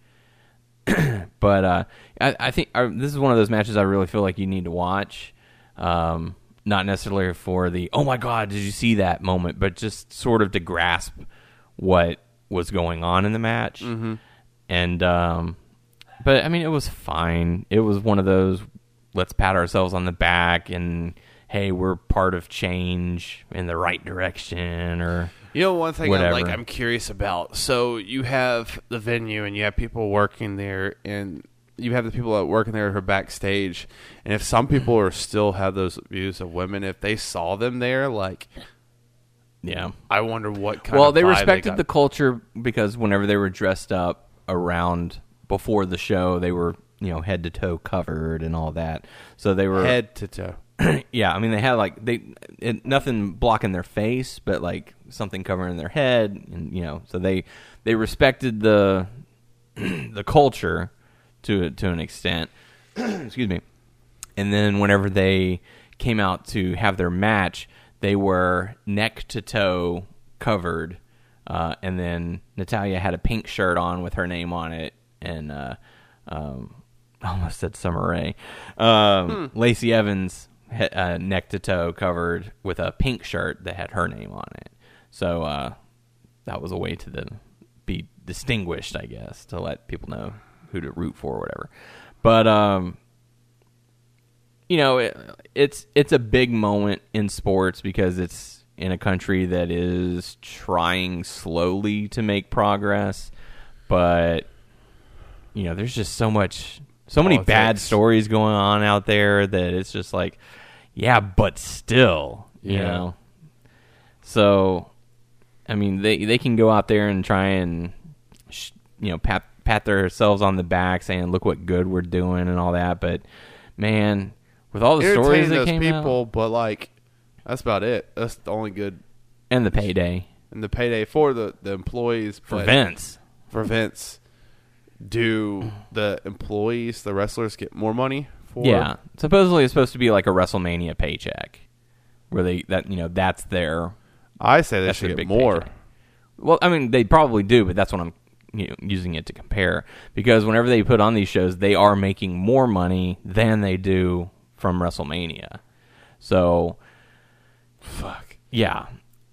Speaker 4: but uh, I, I think I, this is one of those matches I really feel like you need to watch. Um, not necessarily for the oh my god, did you see that moment, but just sort of to grasp what was going on in the match. And um, but I mean, it was fine. It was one of those let's pat ourselves on the back and hey, we're part of change in the right direction or
Speaker 5: You know, one thing I'm like
Speaker 4: Whatever.
Speaker 5: I'm curious about. So you have the venue, and you have people working there, and you have the people that working there who are backstage. And if some people are still have those views of women, if they saw them there, like
Speaker 4: yeah.
Speaker 5: I wonder what kind.
Speaker 4: Well,
Speaker 5: of
Speaker 4: they
Speaker 5: vibe
Speaker 4: respected
Speaker 5: got.
Speaker 4: the culture because whenever they were dressed up around before the show, they were you know head to toe covered and all that. So they were
Speaker 5: head to toe.
Speaker 4: yeah. I mean, they had like they it, nothing blocking their face, but like something covering their head, and you know, so they they respected the the culture to to an extent. Excuse me. And then whenever they came out to have their match, they were neck to toe covered. Uh, and then Natalia had a pink shirt on with her name on it, and uh, um, I almost said Summer Rae. Um, Lacey Evans, had, uh, neck to toe covered with a pink shirt that had her name on it. So uh, that was a way to the, be distinguished, I guess, to let people know who to root for or whatever. But um, you know, it, it's it's a big moment in sports because it's in a country that is trying slowly to make progress, but you know, there's just so much, so many
Speaker 5: Politics.
Speaker 4: bad stories going on out there that it's just like, yeah, but still, you
Speaker 5: Yeah.
Speaker 4: know. So, I mean, they they can go out there and try and sh- you know pat pat themselves on the back, saying, "Look what good we're doing" and all that. But man, with all the
Speaker 5: Irritating
Speaker 4: stories that
Speaker 5: those
Speaker 4: came
Speaker 5: people,
Speaker 4: out
Speaker 5: but like that's about it. That's the only good
Speaker 4: and the payday
Speaker 5: and the payday for the the employees
Speaker 4: for
Speaker 5: but
Speaker 4: Vince,
Speaker 5: For Vince, do the employees, the wrestlers, get more money? For
Speaker 4: yeah, supposedly it's supposed to be like a WrestleMania paycheck, where they that you know that's their
Speaker 5: I say they
Speaker 4: That's a
Speaker 5: should
Speaker 4: big
Speaker 5: get more.
Speaker 4: paycheck. Well, I mean, they probably do, but that's what I'm you know, using it to compare because whenever they put on these shows, they are making more money than they do from WrestleMania. So, fuck yeah.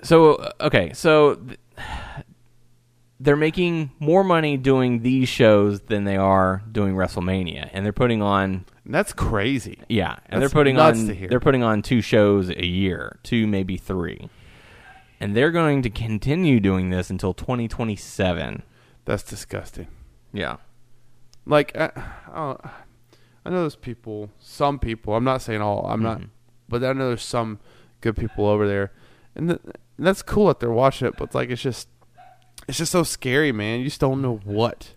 Speaker 4: So uh, okay, so th- they're making more money doing these shows than they are doing WrestleMania, and they're putting on
Speaker 5: And that's crazy.
Speaker 4: yeah, and
Speaker 5: That's
Speaker 4: they're putting
Speaker 5: nuts
Speaker 4: on
Speaker 5: to hear.
Speaker 4: they're putting on two shows a year, two maybe three, and they're going to continue doing this until 2027.
Speaker 5: That's disgusting.
Speaker 4: Yeah,
Speaker 5: Like I, I, don't- I know those people. Some people. I'm not saying all. I'm
Speaker 4: Mm-hmm.
Speaker 5: not. But I know there's some good people over there, and, th- and that's cool that they're watching it. But it's like it's just, it's just so scary, man. You just don't know what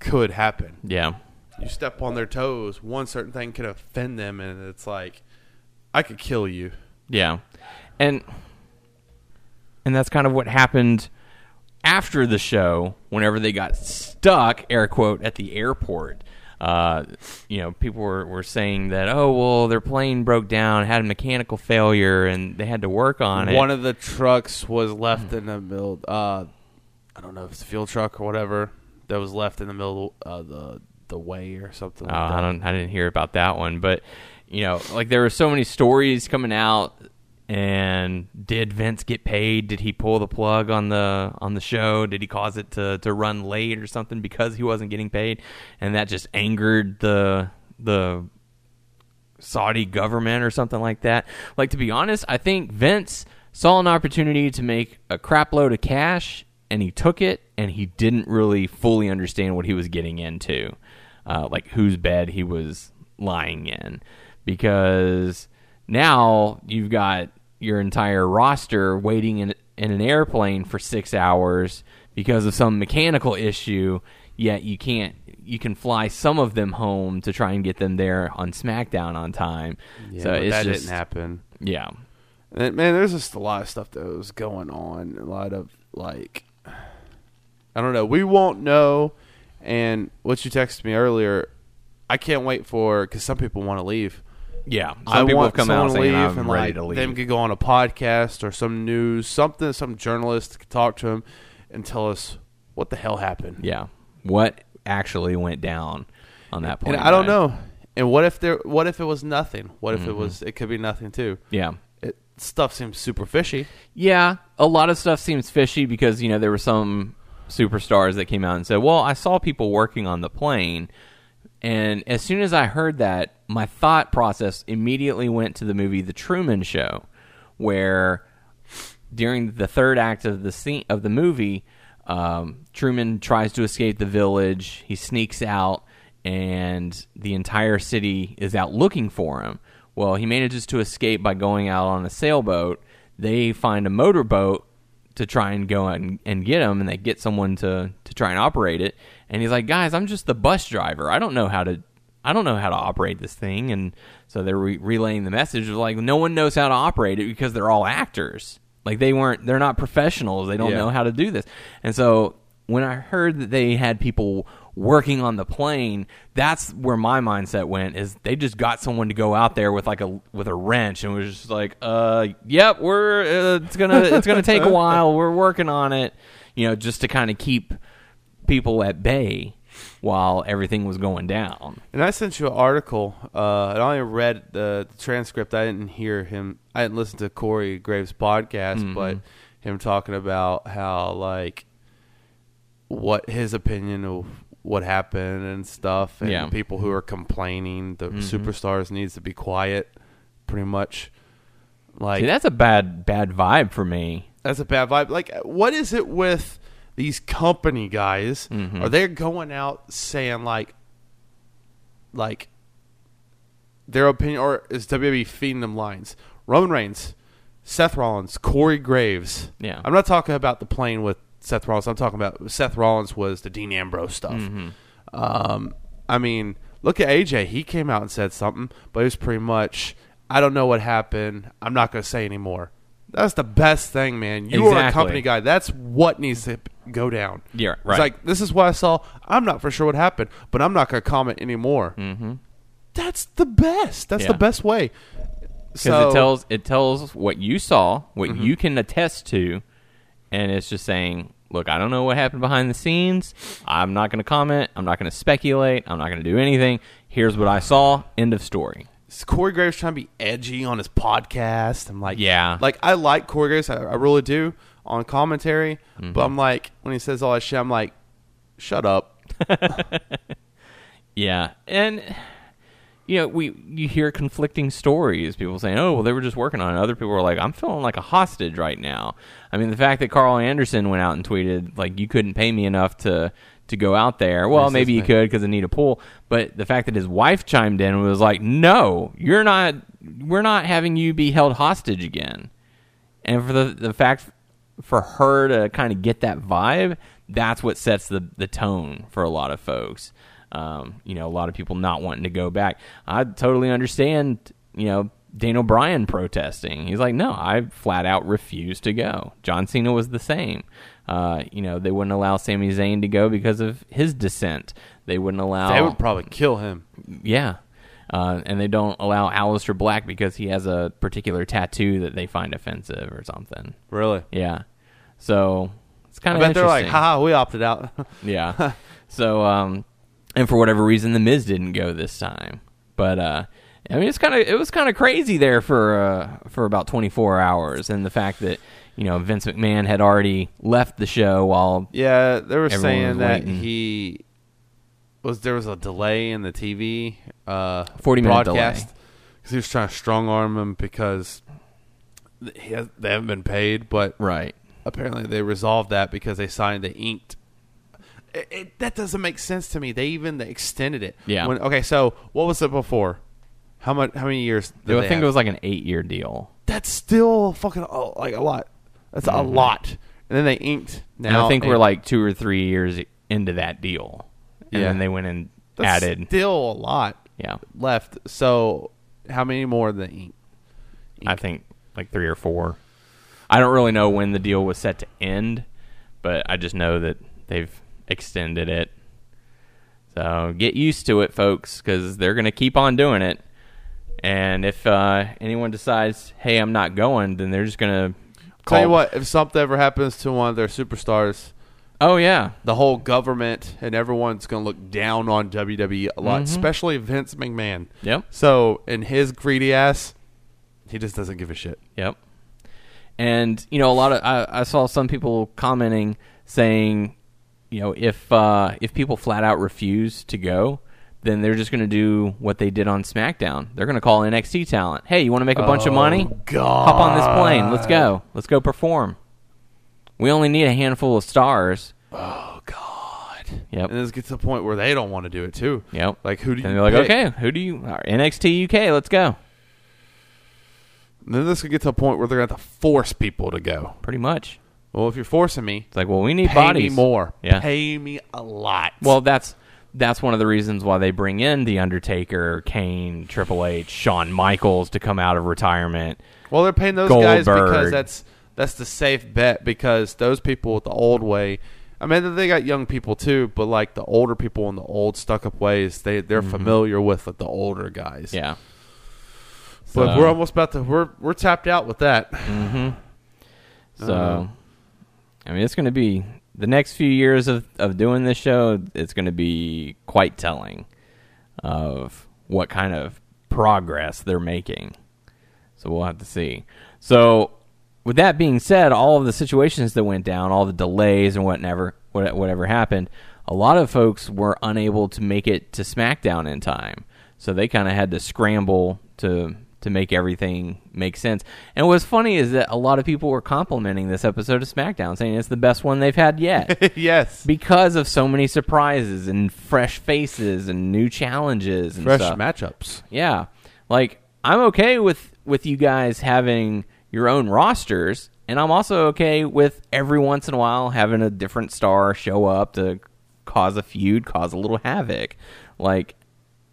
Speaker 5: could happen.
Speaker 4: yeah,
Speaker 5: you step on their toes, one certain thing could offend them, and it's like, I could kill you.
Speaker 4: yeah, and and that's kind of what happened after the show. Whenever they got stuck, air quote, at the airport. Uh, you know, people were, were saying that, oh, well, their plane broke down, had a mechanical failure, and they had to work on it.
Speaker 5: One of the trucks was left in the middle. Uh, I don't know if it's a fuel truck or whatever that was left in the middle of the the way or something.
Speaker 4: Oh,
Speaker 5: like that.
Speaker 4: I don't. I didn't hear about that one, but you know, like there were so many stories coming out. And did Vince get paid? Did he pull the plug on the on the show? Did he cause it to, to run late or something because he wasn't getting paid? And that just angered the the Saudi government or something like that. Like to be honest, I think Vince saw an opportunity to make a crap load of cash and he took it and he didn't really fully understand what he was getting into. Uh, like whose bed he was lying in because now you've got your entire roster waiting in in an airplane for 6 hours because of some mechanical issue yet you can't you can fly some of them home to try and get them there on SmackDown on time. so
Speaker 5: but
Speaker 4: it's
Speaker 5: that
Speaker 4: just
Speaker 5: didn't happen.
Speaker 4: yeah,
Speaker 5: And, man, there's just a lot of stuff that was going on. A lot of like, I don't know. We won't know. And what you texted me earlier, I can't wait for because some people want to leave.
Speaker 4: yeah. Some
Speaker 5: I
Speaker 4: people
Speaker 5: want
Speaker 4: have come
Speaker 5: someone
Speaker 4: out
Speaker 5: to
Speaker 4: saying
Speaker 5: leave
Speaker 4: I'm
Speaker 5: and
Speaker 4: ready
Speaker 5: like
Speaker 4: to leave.
Speaker 5: them could go on a podcast or some news, something, some journalist could talk to him and tell us what the hell happened.
Speaker 4: yeah, what actually went down on
Speaker 5: and
Speaker 4: that point?
Speaker 5: I don't know. And what if there? What if it was nothing? What if it was? It could be nothing too.
Speaker 4: Mm-hmm. Yeah,
Speaker 5: It, stuff seems super fishy.
Speaker 4: Yeah, a lot of stuff seems fishy because you know there were some superstars that came out and said, "Well, I saw people working on the plane." And as soon as I heard that, my thought process immediately went to the movie The Truman Show, where during the third act of the scene of the movie, um, Truman tries to escape the village. He sneaks out, and the entire city is out looking for him. Well, he manages to escape by going out on a sailboat. They find a motorboat to try and go and, and get him, and they get someone to to try and operate it. And he's like, "Guys, I'm just the bus driver. I don't know how to." I don't know how to operate this thing, and so they're re- relaying the message of like no one knows how to operate it because they're all actors. Like they weren't, they're not professionals. They don't
Speaker 5: Yeah.
Speaker 4: know how to do this. And so when I heard that they had people working on the plane, that's where my mindset went. Is they just got someone to go out there with like a with a wrench and was just like, uh, yep, we're uh, it's gonna it's gonna take a while. We're working on it, you know, just to kind of keep people at bay. while everything was going down.
Speaker 5: And I sent you an article. Uh, and I only read the, the transcript. I didn't hear him. I didn't listen to Corey Graves' podcast, but him talking about how like what his opinion of what happened and stuff, and
Speaker 4: Yeah.
Speaker 5: people who are complaining the superstars needs to be quiet, pretty much. Like
Speaker 4: See, that's a bad bad vibe for me.
Speaker 5: that's a bad vibe. Like, what is it with these company guys? Are they going out saying like, like their opinion, or is WWE feeding them lines? Roman Reigns, Seth Rollins, Corey Graves.
Speaker 4: Yeah.
Speaker 5: I'm not talking about the plane with Seth Rollins. I'm talking about Seth Rollins was the Dean Ambrose stuff. Um, I mean, look at AJ. He came out and said something, but it was pretty much, I don't know what happened. I'm not going to say anymore. That's the best thing, man. You are a
Speaker 4: Exactly.
Speaker 5: company guy. That's what needs to go down.
Speaker 4: Yeah,
Speaker 5: It's
Speaker 4: right.
Speaker 5: like, this is what I saw. I'm not for sure what happened, but I'm not going to comment anymore. Mm-hmm. That's the best. That's
Speaker 4: Yeah.
Speaker 5: the best way.
Speaker 4: because
Speaker 5: So-
Speaker 4: it tells it tells what you saw, what you can attest to, and it's just saying, "Look, I don't know what happened behind the scenes. I'm not going to comment. I'm not going to speculate. I'm not going to do anything. Here's what I saw. End of story."
Speaker 5: Is Corey Graves trying to be edgy on his podcast. I'm like,
Speaker 4: Yeah.
Speaker 5: like I like Corey Graves, I, I really do on commentary,
Speaker 4: Mm-hmm.
Speaker 5: but I'm like, when he says all that shit, I'm like, shut up.
Speaker 4: Yeah, and you know we you hear conflicting stories. People saying, "Oh, well, they were just working on it." Other people are like, "I'm feeling like a hostage right now." I mean, the fact that Carl Anderson went out and tweeted like, "You couldn't pay me enough to." To go out there, well,
Speaker 5: Yes,
Speaker 4: maybe you
Speaker 5: that's
Speaker 4: could because I need a pool. But the fact that his wife chimed in and was like, "No, you're not. We're not having you be held hostage again." And for the the fact for her to kind of get that vibe, that's what sets the the tone for a lot of folks. Um, you know, a lot of people not wanting to go back. I totally understand. You know, Daniel Bryan protesting. He's like, no, I flat out refuse to go. John Cena was the same. Uh, you know, they wouldn't allow Sami Zayn to go because of his dissent. They wouldn't allow.
Speaker 5: They would probably kill him.
Speaker 4: Yeah. Uh, and they don't allow Aleister Black because he has a particular tattoo that they find offensive or something.
Speaker 5: Really?
Speaker 4: Yeah. So it's kind
Speaker 5: I
Speaker 4: of
Speaker 5: bet they're
Speaker 4: interesting.
Speaker 5: like, haha, we opted out.
Speaker 4: Yeah. so um, and for whatever reason, the Miz didn't go this time. But uh, I mean, it's kind of it was kind of crazy there for uh, for about 24 hours, and the fact that you know Vince McMahon had already left the show while
Speaker 5: yeah, they were
Speaker 4: Everyone was
Speaker 5: saying that
Speaker 4: waiting.
Speaker 5: he was there was a delay in the TV uh
Speaker 4: 40-minute delay.
Speaker 5: because he was trying to strong arm him because th- he has, they haven't been paid, but
Speaker 4: right.
Speaker 5: apparently they resolved that because they signed the inked. It, it, that doesn't make sense to me. They even extended it.
Speaker 4: Yeah.
Speaker 5: When, okay, so what was it before? How much? How many years? Did
Speaker 4: I
Speaker 5: they
Speaker 4: think
Speaker 5: have?
Speaker 4: it was like an eight year deal.
Speaker 5: That's still fucking a- like a lot. That's a lot. And then they inked. Now
Speaker 4: Mm-hmm. And I think
Speaker 5: they-
Speaker 4: we're like two or three years into that deal. And
Speaker 5: Yeah.
Speaker 4: then they went and
Speaker 5: that's
Speaker 4: added.
Speaker 5: still a lot.
Speaker 4: Yeah.
Speaker 5: Left. So how many more than ink?
Speaker 4: I think like three or four. I don't really know when the deal was set to end, but I just know that they've extended it. So get used to it, folks, because they're going to keep on doing it. And if uh, anyone decides, hey, I'm not going, then they're just going to call.
Speaker 5: Tell you what, if something ever happens to one of their superstars,
Speaker 4: Oh yeah,
Speaker 5: the whole government and everyone's going to look down on WWE a lot, especially Vince McMahon.
Speaker 4: Mm-hmm. Yep.
Speaker 5: So, in his greedy ass, he just doesn't give a shit.
Speaker 4: Yep. And you know, a lot of I, I saw some people commenting saying, you know, if uh, if people flat out refuse to go, then they're just going to do what they did on SmackDown. They're going to call NXT talent. Hey, you want to make a bunch of money?
Speaker 5: Oh,
Speaker 4: Hop on this plane. Let's go. Let's go perform. We only need a handful of stars. Yep.
Speaker 5: And this gets to the point where they don't want to do it too.
Speaker 4: Yep.
Speaker 5: Like who do you?
Speaker 4: And they're like,
Speaker 5: pick?
Speaker 4: okay, who do you? all right, NXT UK. Let's go.
Speaker 5: And then this could get to a point where they're going to have to force people to go.
Speaker 4: Pretty much.
Speaker 5: Well, if you're forcing me,
Speaker 4: It's like, well, we need
Speaker 5: pay
Speaker 4: bodies
Speaker 5: me more.
Speaker 4: Yeah.
Speaker 5: Pay me a lot.
Speaker 4: Well, that's that's one of the reasons why they bring in the Undertaker, Kane, Triple H, Shawn Michaels to come out of retirement.
Speaker 5: Well, they're paying those guys because
Speaker 4: Goldberg.
Speaker 5: that's that's the safe bet because those people with the old way. I mean, they got young people too, but like the older people in the old stuck up ways, they they're familiar with like, the older guys.
Speaker 4: Mm-hmm. Yeah.
Speaker 5: but
Speaker 4: So-
Speaker 5: we're almost about to we're we're tapped out with that.
Speaker 4: So, I Uh-huh. mean, it's going to be the next few years of, of doing this show, it's going to be quite telling of what kind of progress they're making. So we'll have to see. So, with that being said, all of the situations that went down, all the delays and whatever, what- whatever happened, a lot of folks were unable to make it to SmackDown in time. So they kind of had to scramble to to make everything make sense. And what's funny is that a lot of people were complimenting this episode of SmackDown, saying it's the best one they've had yet
Speaker 5: yes.
Speaker 4: because of so many surprises and fresh faces and new challenges and
Speaker 5: Fresh
Speaker 4: stuff.
Speaker 5: matchups.
Speaker 4: Yeah. Like I'm okay with with you guys having your own rosters and I'm also okay with every once in a while having a different star show up to cause a feud, cause a little havoc. Like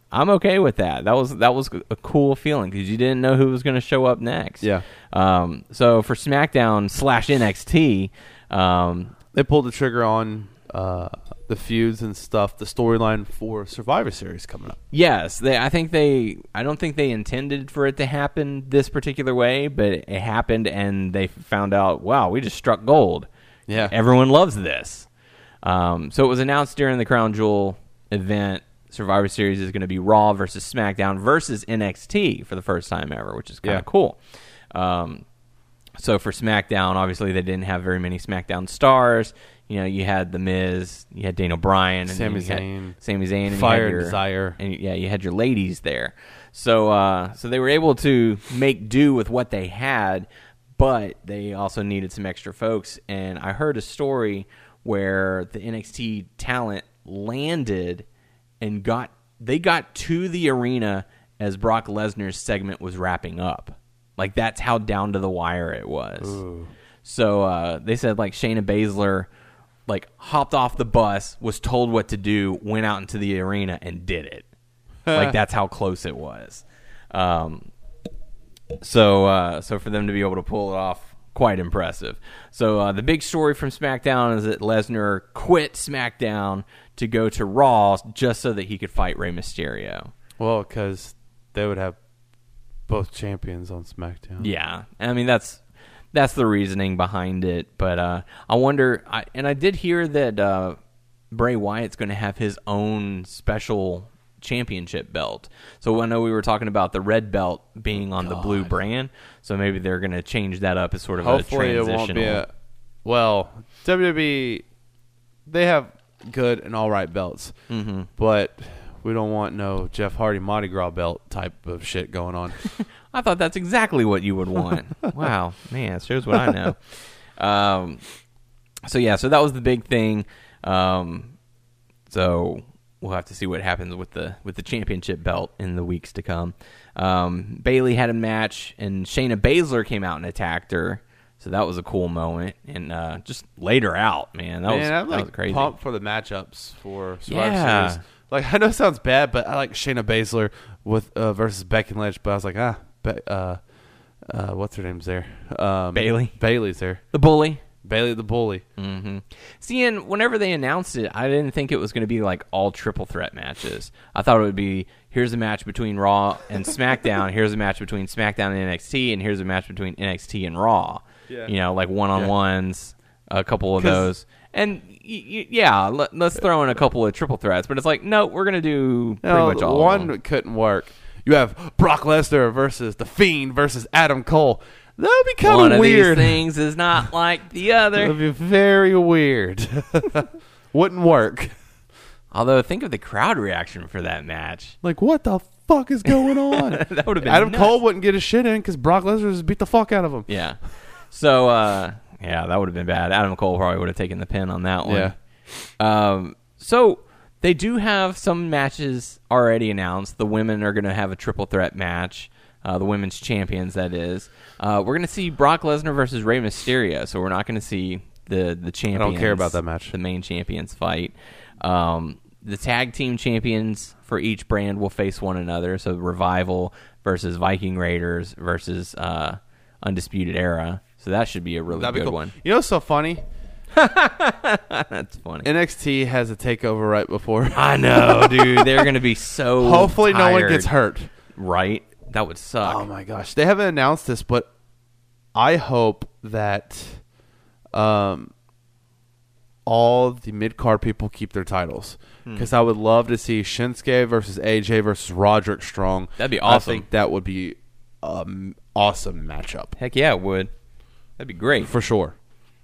Speaker 4: I'm okay with that. That was that was a cool feeling because you didn't know who was going to show up next.
Speaker 5: Yeah.
Speaker 4: Um, so for SmackDown slash NXT, um,
Speaker 5: They pulled the trigger on uh, the feuds and stuff, the storyline for Survivor Series coming up.
Speaker 4: Yes, they. I think they. I don't think they intended for it to happen this particular way, but it happened, and they found out. Wow, we just struck gold.
Speaker 5: Yeah.
Speaker 4: everyone loves this. Um, so it was announced during the Crown Jewel event. Survivor Series is going to be Raw versus SmackDown versus NXT for the first time ever, which is kind
Speaker 5: Yeah.
Speaker 4: of cool. Um, so for SmackDown, obviously they didn't have very many SmackDown stars. You know, you had The Miz, you had Daniel Bryan, and
Speaker 5: Sami
Speaker 4: you had
Speaker 5: Zayn.
Speaker 4: Sami Zayn, and you
Speaker 5: Fire
Speaker 4: had
Speaker 5: and
Speaker 4: your-
Speaker 5: Desire.
Speaker 4: and yeah, you had your ladies there. So uh, so they were able to make do with what they had, but they also needed some extra folks. And I heard a story where the NXT talent landed and got they got to the arena as Brock Lesnar's segment was wrapping up. Like that's how down to the wire it was. So uh, they said like Shayna Baszler like hopped off the bus, was told what to do, went out into the arena and did it. like that's how close it was. Um, so uh, so for them to be able to pull it off, quite impressive. So uh, the big story from SmackDown is that Lesnar quit SmackDown to go to Raw just so that he could fight Rey Mysterio.
Speaker 5: Well, because they would have both champions on SmackDown.
Speaker 4: Yeah, I mean that's that's the reasoning behind it. But uh, I wonder, I, and I did hear that uh, Bray Wyatt's going to have his own special championship belt. So I know we were talking about the red belt being on the blue brand. So maybe they're going to change that up as sort of
Speaker 5: Hopefully,
Speaker 4: a
Speaker 5: it
Speaker 4: transitional.
Speaker 5: won't be a. Well, WWE, they have good and all right belts, mm-hmm. but we don't want no Jeff Hardy Mardi Gras belt type of shit going on.
Speaker 4: I thought that's exactly what you would want. wow, man, it shows what I know. Um, so yeah, so that was the big thing. Um, so we'll have to see what happens with the with the championship belt in the weeks to come. Um, Bailey had a match, and Shayna Baszler came out and attacked her. So that was a cool moment, and uh, just laid her out, man. That was
Speaker 5: Man, I'm
Speaker 4: that
Speaker 5: like
Speaker 4: was crazy.
Speaker 5: pumped for the matchups for Survivor
Speaker 4: Yeah.
Speaker 5: Series. Like I know it sounds bad, but I like Shayna Baszler with uh, versus Becky Lynch. But I was like, ah, Be- uh, uh, what's her name's there? Um,
Speaker 4: Bailey?
Speaker 5: Bailey's there.
Speaker 4: The bully.
Speaker 5: Bailey the bully. Mm-hmm.
Speaker 4: Seeing whenever they announced it, I didn't think it was going to be like all triple threat matches. I thought it would be here's a match between Raw and SmackDown, here's a match between SmackDown and NXT, and here's a match between NXT and Raw.
Speaker 5: Yeah.
Speaker 4: You know, like one on ones, a couple of those. And y- y- yeah, let, let's throw in a couple of triple threats, but it's like no, we're gonna do pretty
Speaker 5: No,
Speaker 4: much all of
Speaker 5: one
Speaker 4: them.
Speaker 5: couldn't work. You have Brock Lesnar versus The Fiend versus Adam Cole. That would be kind
Speaker 4: One
Speaker 5: of
Speaker 4: of these
Speaker 5: weird. That
Speaker 4: things is not like the other.
Speaker 5: would be very weird. Wouldn't work.
Speaker 4: Although, think of the crowd reaction for that match.
Speaker 5: Like, what the fuck is going on? that
Speaker 4: would've been
Speaker 5: Adam
Speaker 4: nuts.
Speaker 5: Cole wouldn't get his shit in because Brock Lesnar just beat the fuck out of him.
Speaker 4: Yeah. So uh yeah, that would have been bad. Adam Cole probably would have taken the pin on that one.
Speaker 5: Yeah.
Speaker 4: Um so they do have some matches already announced. The women are going to have a triple threat match. Uh, the women's champions, that is. Uh, we're going to see Brock Lesnar versus Rey Mysterio, so we're not going to see the the champions.
Speaker 5: care about that match.
Speaker 4: The main champions fight. Um, the tag team champions for each brand will face one another. So Revival versus Viking Raiders versus uh, Undisputed Era. So that should be a really
Speaker 5: That'd be
Speaker 4: good
Speaker 5: cool.
Speaker 4: one.
Speaker 5: You know what's so funny?
Speaker 4: That's funny.
Speaker 5: NXT has a takeover right before.
Speaker 4: I know, dude. They're going to be so.
Speaker 5: Hopefully, no one
Speaker 4: tired,
Speaker 5: gets hurt.
Speaker 4: Right? That would suck.
Speaker 5: Oh my gosh, they haven't announced this, but I hope that um, all the mid card people keep their titles
Speaker 4: Hmm.
Speaker 5: because I would love to see Shinsuke versus AJ versus Roderick Strong.
Speaker 4: That'd be
Speaker 5: I
Speaker 4: awesome.
Speaker 5: think that would be an awesome matchup
Speaker 4: Heck yeah, it would. That'd be great.
Speaker 5: for sure.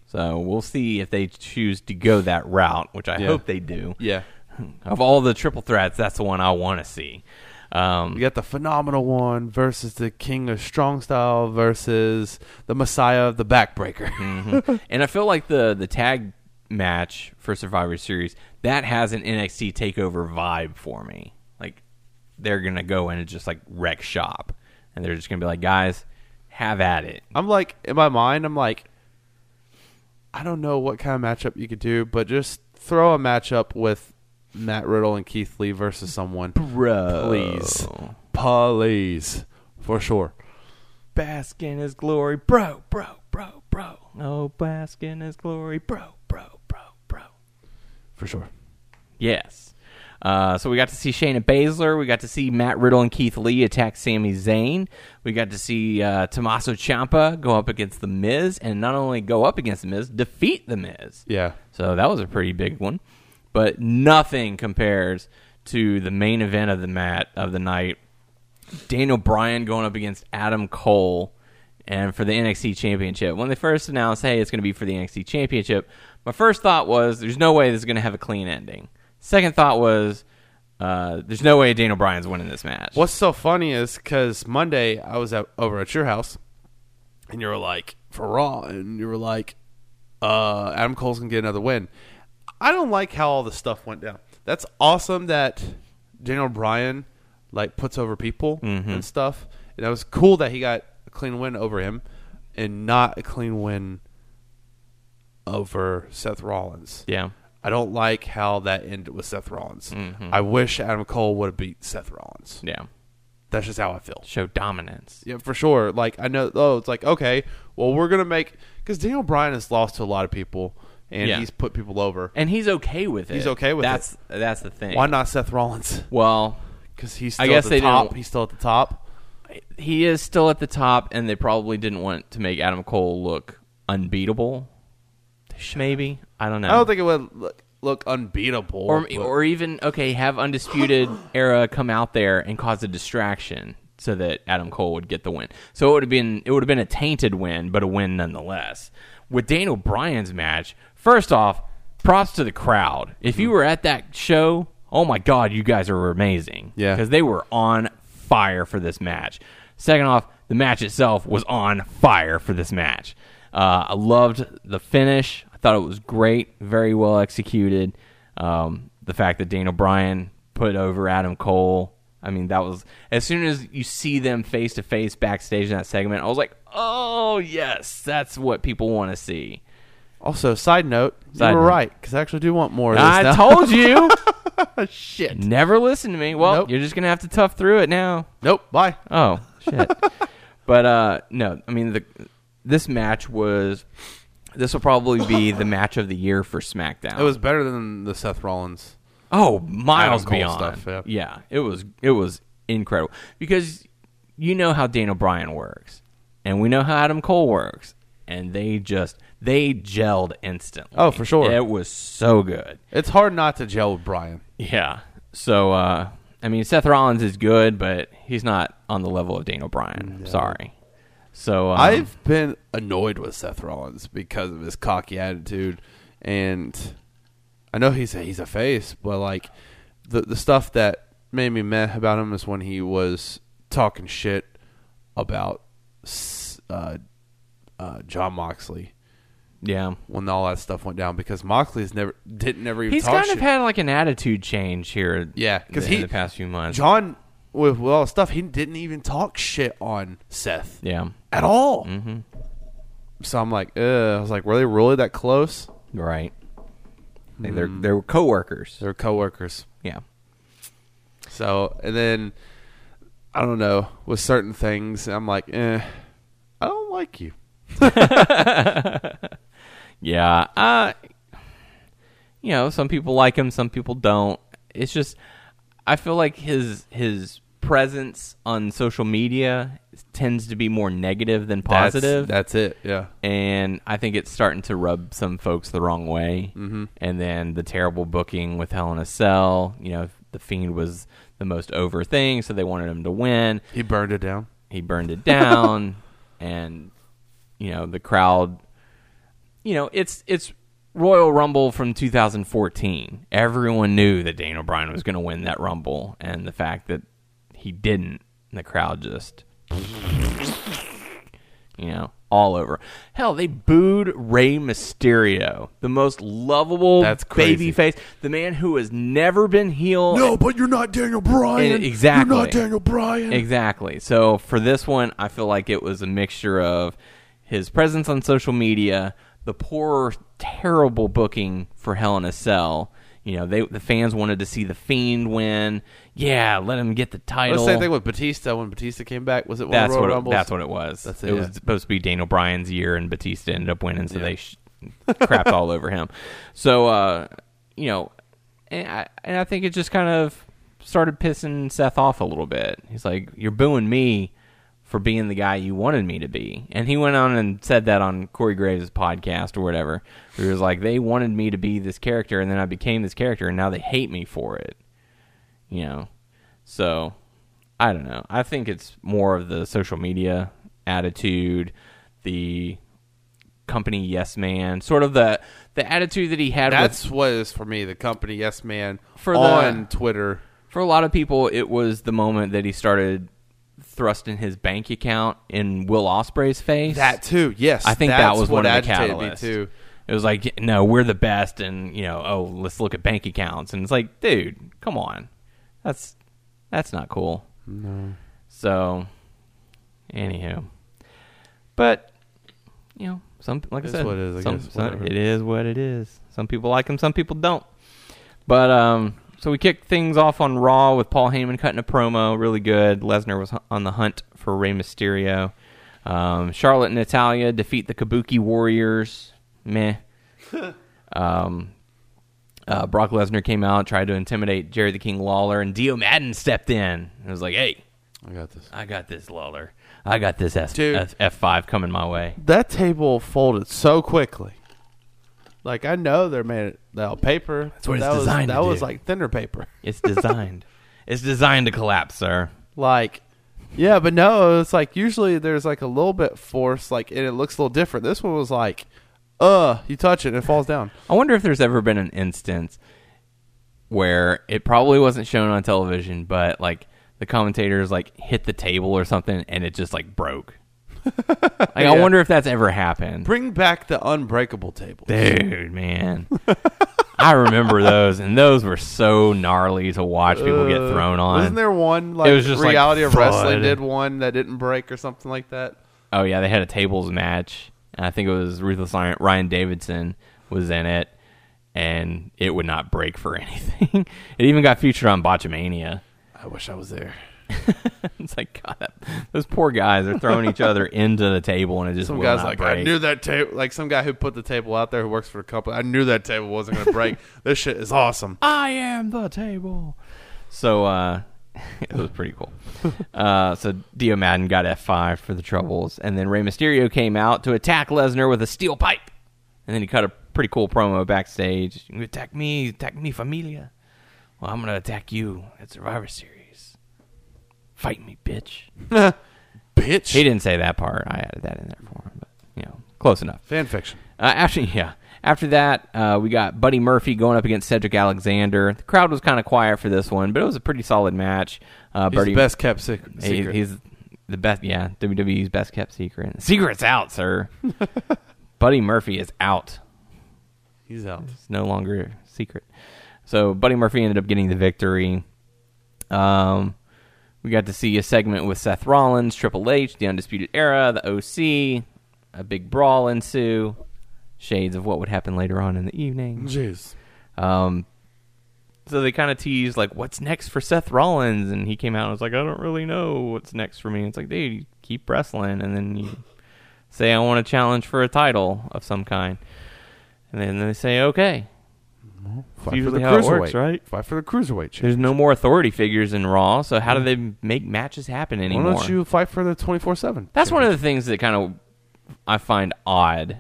Speaker 4: So we'll see if they choose to go that route, which I
Speaker 5: Yeah.
Speaker 4: hope they do.
Speaker 5: Yeah,
Speaker 4: Of all the triple threats, that's the one I want to see. Um,
Speaker 5: You got the phenomenal one versus the king of strong style versus the messiah of the backbreaker.
Speaker 4: And I feel like the the tag match for Survivor Series that has an NXT Takeover vibe for me. Like they're gonna go in and just like wreck shop, and they're just gonna be like, guys, have at it.
Speaker 5: I'm like in my mind, I'm like, I don't know what kind of matchup you could do, but just throw a matchup with Matt Riddle and Keith Lee versus someone,
Speaker 4: Bro.
Speaker 5: Please, please, for sure.
Speaker 4: Bask in his glory, bro, bro, bro, bro. Oh, bask in his glory, bro, bro, bro, bro.
Speaker 5: For sure.
Speaker 4: Yes. Uh, so we got to see Shayna Baszler. We got to see Matt Riddle and Keith Lee attack Sami Zayn. We got to see uh, Tommaso Ciampa go up against The Miz, and not only go up against The Miz, defeat The Miz.
Speaker 5: Yeah.
Speaker 4: So that was a pretty big one, but nothing compares to the main event of the mat of the night. Daniel Bryan going up against Adam Cole, and for the NXT Championship. When they first announced, "Hey, it's going to be for the NXT Championship," my first thought was, "There's no way this is going to have a clean ending." Second thought was, uh, "There's no way Daniel Bryan's winning this match."
Speaker 5: What's so funny is because Monday I was at, over at your house, and you were like for Raw, and you were like, uh, Adam Cole's gonna get another win. I don't like how all this stuff went down. That's awesome that Daniel Bryan like puts over people
Speaker 4: Mm-hmm.
Speaker 5: and stuff, and that was cool that he got a clean win over him, and not a clean win over Seth Rollins.
Speaker 4: Yeah. Mm-hmm.
Speaker 5: I don't like how that ended with Seth Rollins. I wish Adam Cole would have beat Seth Rollins.
Speaker 4: Yeah,
Speaker 5: That's just how I feel.
Speaker 4: show dominance.
Speaker 5: Yeah, for sure. Like I know. Oh, it's like okay. Well, we're gonna make because Daniel Bryan has lost to a lot of people, and
Speaker 4: Yeah.
Speaker 5: he's put people over.
Speaker 4: And he's okay with it.
Speaker 5: He's okay with it.
Speaker 4: that's, That's that's the thing.
Speaker 5: Why not Seth Rollins?
Speaker 4: Well,
Speaker 5: Because he's
Speaker 4: I
Speaker 5: still
Speaker 4: guess
Speaker 5: at
Speaker 4: they
Speaker 5: the top.
Speaker 4: didn't-
Speaker 5: He's still at the top.
Speaker 4: he is still at the top, and they probably didn't want to make Adam Cole look unbeatable. Maybe I don't know.
Speaker 5: I don't think it would look, look unbeatable.
Speaker 4: Um, or
Speaker 5: but-
Speaker 4: or even okay, have undisputed era come out there and cause a distraction so that Adam Cole would get the win. So it would have been it would have been a tainted win, but a win nonetheless. With Daniel Bryan's match, first off, props to the crowd. If you were at that show, oh my god, you guys are amazing.
Speaker 5: Yeah.
Speaker 4: because they were on fire for this match. Second off, the match itself was on fire for this match. Uh, I loved the finish. I thought it was great, very well executed. Um, the fact that Daniel Bryan put over Adam Cole. I mean, that was as soon as you see them face to face backstage in that segment, I was like, oh yes, that's what people want to see.
Speaker 5: also, side note,
Speaker 4: Side
Speaker 5: you were
Speaker 4: note.
Speaker 5: right because I actually do want more. Of this
Speaker 4: I
Speaker 5: now.
Speaker 4: told you.
Speaker 5: shit.
Speaker 4: Never listen to me. Well,
Speaker 5: Nope.
Speaker 4: you're just gonna have to tough through it now.
Speaker 5: Nope. Bye.
Speaker 4: Oh shit! but uh, no, I mean the this match was this will probably be the match of the year for SmackDown.
Speaker 5: It was better than the Seth Rollins.
Speaker 4: oh miles
Speaker 5: Adam Cole
Speaker 4: beyond.
Speaker 5: stuff, yeah.
Speaker 4: yeah, it was it was incredible because you know how Daniel Bryan works, and we know how Adam Cole works, and they just they gelled instantly.
Speaker 5: Oh, for sure.
Speaker 4: it was so good.
Speaker 5: It's hard not to gel with Bryan.
Speaker 4: Yeah. So uh I mean Seth Rollins is good, but he's not on the level of Daniel Bryan. Sorry. So um,
Speaker 5: I've been annoyed with Seth Rollins because of his cocky attitude, and I know he's a, he's a face, but like the the stuff that made me meh about him is when he was talking shit about s- uh, uh, John Moxley
Speaker 4: yeah.
Speaker 5: when all that stuff went down because Moxley's never didn't never even
Speaker 4: He's
Speaker 5: talk
Speaker 4: kind
Speaker 5: shit.
Speaker 4: of had like an attitude change here.
Speaker 5: Yeah, 'cause
Speaker 4: in
Speaker 5: he-
Speaker 4: the past few months.
Speaker 5: John with, with all the stuff he didn't even talk shit on Seth
Speaker 4: yeah.
Speaker 5: at all. Mm-hmm. So I'm like, Ugh. I was like, were they really that close?
Speaker 4: Right. They They're
Speaker 5: Hmm.
Speaker 4: they're coworkers.
Speaker 5: They're coworkers.
Speaker 4: Yeah.
Speaker 5: So, and then I don't know with certain things, I'm like, eh, I don't like you.
Speaker 4: Yeah. Uh you know, some people like him, some people don't. It's just I feel like his his presence on social media tends to be more negative than positive.
Speaker 5: That's, that's it. Yeah.
Speaker 4: and I think it's starting to rub some folks the wrong way. Mm-hmm. And then the terrible booking with Hell in a Cell, you know, the Fiend was the most over thing, so they wanted him to win.
Speaker 5: He burned it down.
Speaker 4: He burned it down, and you know the crowd. You know, it's it's Royal Rumble from 2014. Everyone knew that Daniel Bryan was going to win that Rumble, and the fact that he didn't, the crowd just you know, all over. Hell, they booed Rey Mysterio, the most lovable
Speaker 5: That's crazy.
Speaker 4: baby face, the man who has never been heel.
Speaker 5: Oh, but you're not Daniel Bryan.
Speaker 4: And- exactly.
Speaker 5: Bryan.
Speaker 4: Exactly. So for this one, I feel like it was a mixture of his presence on social media, the poor, terrible booking for Hell in a Cell. You know, they the fans wanted to see the Fiend win. Yeah, let him get the
Speaker 5: Well,
Speaker 4: title.
Speaker 5: the same thing with Batista when Batista came back. Was it one of
Speaker 4: that's
Speaker 5: Royal
Speaker 4: what it,
Speaker 5: Rumbles?
Speaker 4: that's what it was.
Speaker 5: That's
Speaker 4: it
Speaker 5: it,
Speaker 4: was
Speaker 5: yeah.
Speaker 4: supposed to be Daniel Bryan's year, and Batista ended up winning, so they sh- crapped all over him. So uh, you know, and I, and I think it just kind of started pissing Seth off a little bit. He's like, "You're booing me for being the guy you wanted me to be," and he went on and said that on Corey Graves' podcast or whatever. He was like, "They wanted me to be this character, and then I became this character, and now they hate me for it." you know. So I don't know. I think it's more of the social media attitude, the company yes man, sort of the the attitude that he had with
Speaker 5: That's what is for me the company yes man
Speaker 4: For the-
Speaker 5: on Twitter.
Speaker 4: for a lot of people, it was the moment that he started thrusting his bank account in Will Osprey's face.
Speaker 5: That too. Yes,
Speaker 4: I think
Speaker 5: that's
Speaker 4: that was
Speaker 5: what
Speaker 4: one of the
Speaker 5: agitated me
Speaker 4: catalysts.
Speaker 5: too.
Speaker 4: It was like, no, we're the best, and you know, oh, let's look at bank accounts, and it's like, dude, come on, that's that's not cool. No. So, anywho, but you know, some like
Speaker 5: It's
Speaker 4: I said,
Speaker 5: what it is, I
Speaker 4: some-
Speaker 5: guess,
Speaker 4: some-
Speaker 5: whatever.
Speaker 4: it is what it is. Some people like him, some people don't. But um, so we kicked things off on Raw with Paul Heyman cutting a promo, really good. Lesnar was hu- on the hunt for Rey Mysterio. Um, Charlotte and Natalia defeat the Kabuki Warriors. Meh. um, uh, Brock Lesnar came out, tried to intimidate Jerry the King Lawler, and Dio Madden stepped in and was like, "Hey,
Speaker 5: I got this.
Speaker 4: I got this, Lawler. I got this S-
Speaker 5: Dude.
Speaker 4: F- F5 coming my way."
Speaker 5: That table folded so quickly. Like I know they're made out of paper. That's
Speaker 4: what it's
Speaker 5: that
Speaker 4: designed
Speaker 5: Was,
Speaker 4: to
Speaker 5: that was
Speaker 4: do.
Speaker 5: like thinner paper.
Speaker 4: It's designed. it's designed to collapse, sir.
Speaker 5: Like, yeah, but no, it's like usually there's like a little bit force, like, and it looks a little different. This one was like, uh, you touch it and it falls down.
Speaker 4: I wonder if there's ever been an instance where it probably wasn't shown on television, but like the commentators like hit the table or something and it just like broke. like I
Speaker 5: Yeah.
Speaker 4: wonder if that's ever happened.
Speaker 5: Bring back the unbreakable table.
Speaker 4: Dude, man. I remember those and those were so gnarly to watch people get thrown on.
Speaker 5: Uh, Wasn't there one like
Speaker 4: was just, like,
Speaker 5: reality of
Speaker 4: thud.
Speaker 5: wrestling did one that didn't break or something like that?
Speaker 4: Oh yeah, they had a tables match, and I think it was Ruthless Iron. Ryan Davidson was in it, and it would not break for anything. it even got featured on Botchamania.
Speaker 5: I wish I was there.
Speaker 4: it's like God, that, those poor guys are throwing each other into the table, and it just
Speaker 5: Some
Speaker 4: will
Speaker 5: guys
Speaker 4: not
Speaker 5: like I
Speaker 4: break.
Speaker 5: knew that table. Like some guy who put the table out there who works for a company. I knew that table wasn't going to break. this shit is awesome.
Speaker 4: I am the table. So uh, it was pretty cool. uh, so Dio Madden got F5 for the troubles, and then Rey Mysterio came out to attack Lesnar with a steel pipe, and then he cut a pretty cool promo backstage. You attack me, attack me, familia. Well, I'm gonna attack you at Survivor Series. Fight me, bitch.
Speaker 5: Bitch.
Speaker 4: He didn't say that part. I added that in there for him, but you know, close enough.
Speaker 5: Fan fiction.
Speaker 4: Uh, after yeah, after that, uh, we got Buddy Murphy going up against Cedric Alexander. The crowd was kind of quiet for this one, but it was a pretty solid match. Uh,
Speaker 5: He's
Speaker 4: Buddy-
Speaker 5: the best kept sec- secret.
Speaker 4: he- he's the best. Yeah, WWE's best kept secret. Secret's out, sir. Buddy Murphy is out.
Speaker 5: He's out.
Speaker 4: It's no longer a secret. So Buddy Murphy ended up getting the victory. Um, we got to see a segment with Seth Rollins, Triple H, The Undisputed Era, The OC. A big brawl ensue. Shades of what would happen later on in the evening.
Speaker 5: Jeez.
Speaker 4: Um, so they kind of teased like, "What's next for Seth Rollins?" And he came out and was like, "I don't really know what's next for me." It's like, dude, you keep wrestling, and then you say, "I want a challenge for a title of some kind," and then they say, "Okay."
Speaker 5: Fight
Speaker 4: usually how it works,
Speaker 5: cruiserweight.
Speaker 4: right?
Speaker 5: Fight for the cruiserweight. Champ.
Speaker 4: There's no more authority figures in Raw, so how do they make matches happen
Speaker 5: Mm. Why
Speaker 4: anymore?
Speaker 5: don't you fight for the twenty four seven?
Speaker 4: That's one of the things that kind of I find odd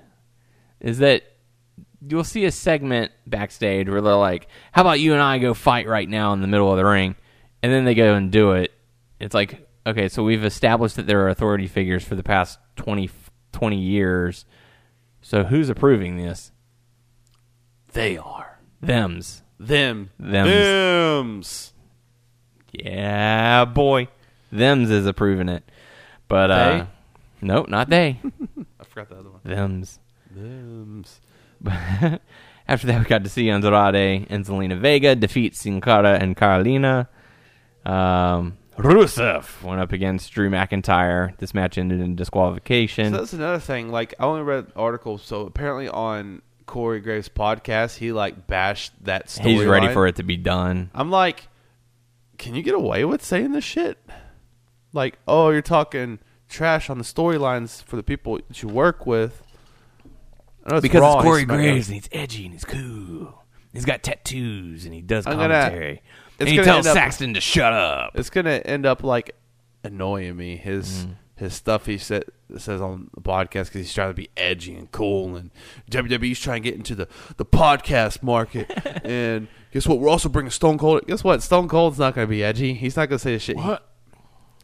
Speaker 4: is that you'll see a segment backstage where they're like, "How about you and I go fight right now in the middle of the ring?" And then they go and do it. It's like, "Okay, so we've established that there are authority figures for the past 20 20 years. So who's approving this?" They are. Them's.
Speaker 5: them
Speaker 4: Thems.
Speaker 5: thems.
Speaker 4: Yeah, boy. Them's is approving it. But uh nope, not they.
Speaker 5: I forgot the other one.
Speaker 4: Them's.
Speaker 5: Thems.
Speaker 4: After that, we got to see Andrade and Zelina Vega defeat Sin Cara and Carolina. Um, Rusev went up against Drew McIntyre. This match ended in disqualification.
Speaker 5: So that's another thing. Like I only read articles. So apparently on Corey Graves' podcast, he like bashed that. Storyline.
Speaker 4: He's ready for it to be done.
Speaker 5: I'm like, can you get away with saying this shit? Like, oh, you're talking trash on the storylines for the people that you work with. I know
Speaker 4: Because
Speaker 5: Raw
Speaker 4: it's
Speaker 5: and
Speaker 4: Corey
Speaker 5: SmackDown.
Speaker 4: Graves and he's edgy and he's cool. He's got tattoos and he does
Speaker 5: I'm gonna-
Speaker 4: commentary.
Speaker 5: it's
Speaker 4: and he
Speaker 5: gonna
Speaker 4: tells
Speaker 5: end up-
Speaker 4: Saxton to shut up.
Speaker 5: It's gonna end up like annoying me. His his stuff he said says on the podcast because he's trying to be edgy and cool, and WWE's trying to get into the the podcast market. and guess what? We're also bringing Stone Cold. Guess what? Stone Cold's not gonna be edgy. He's not gonna say the shit. he-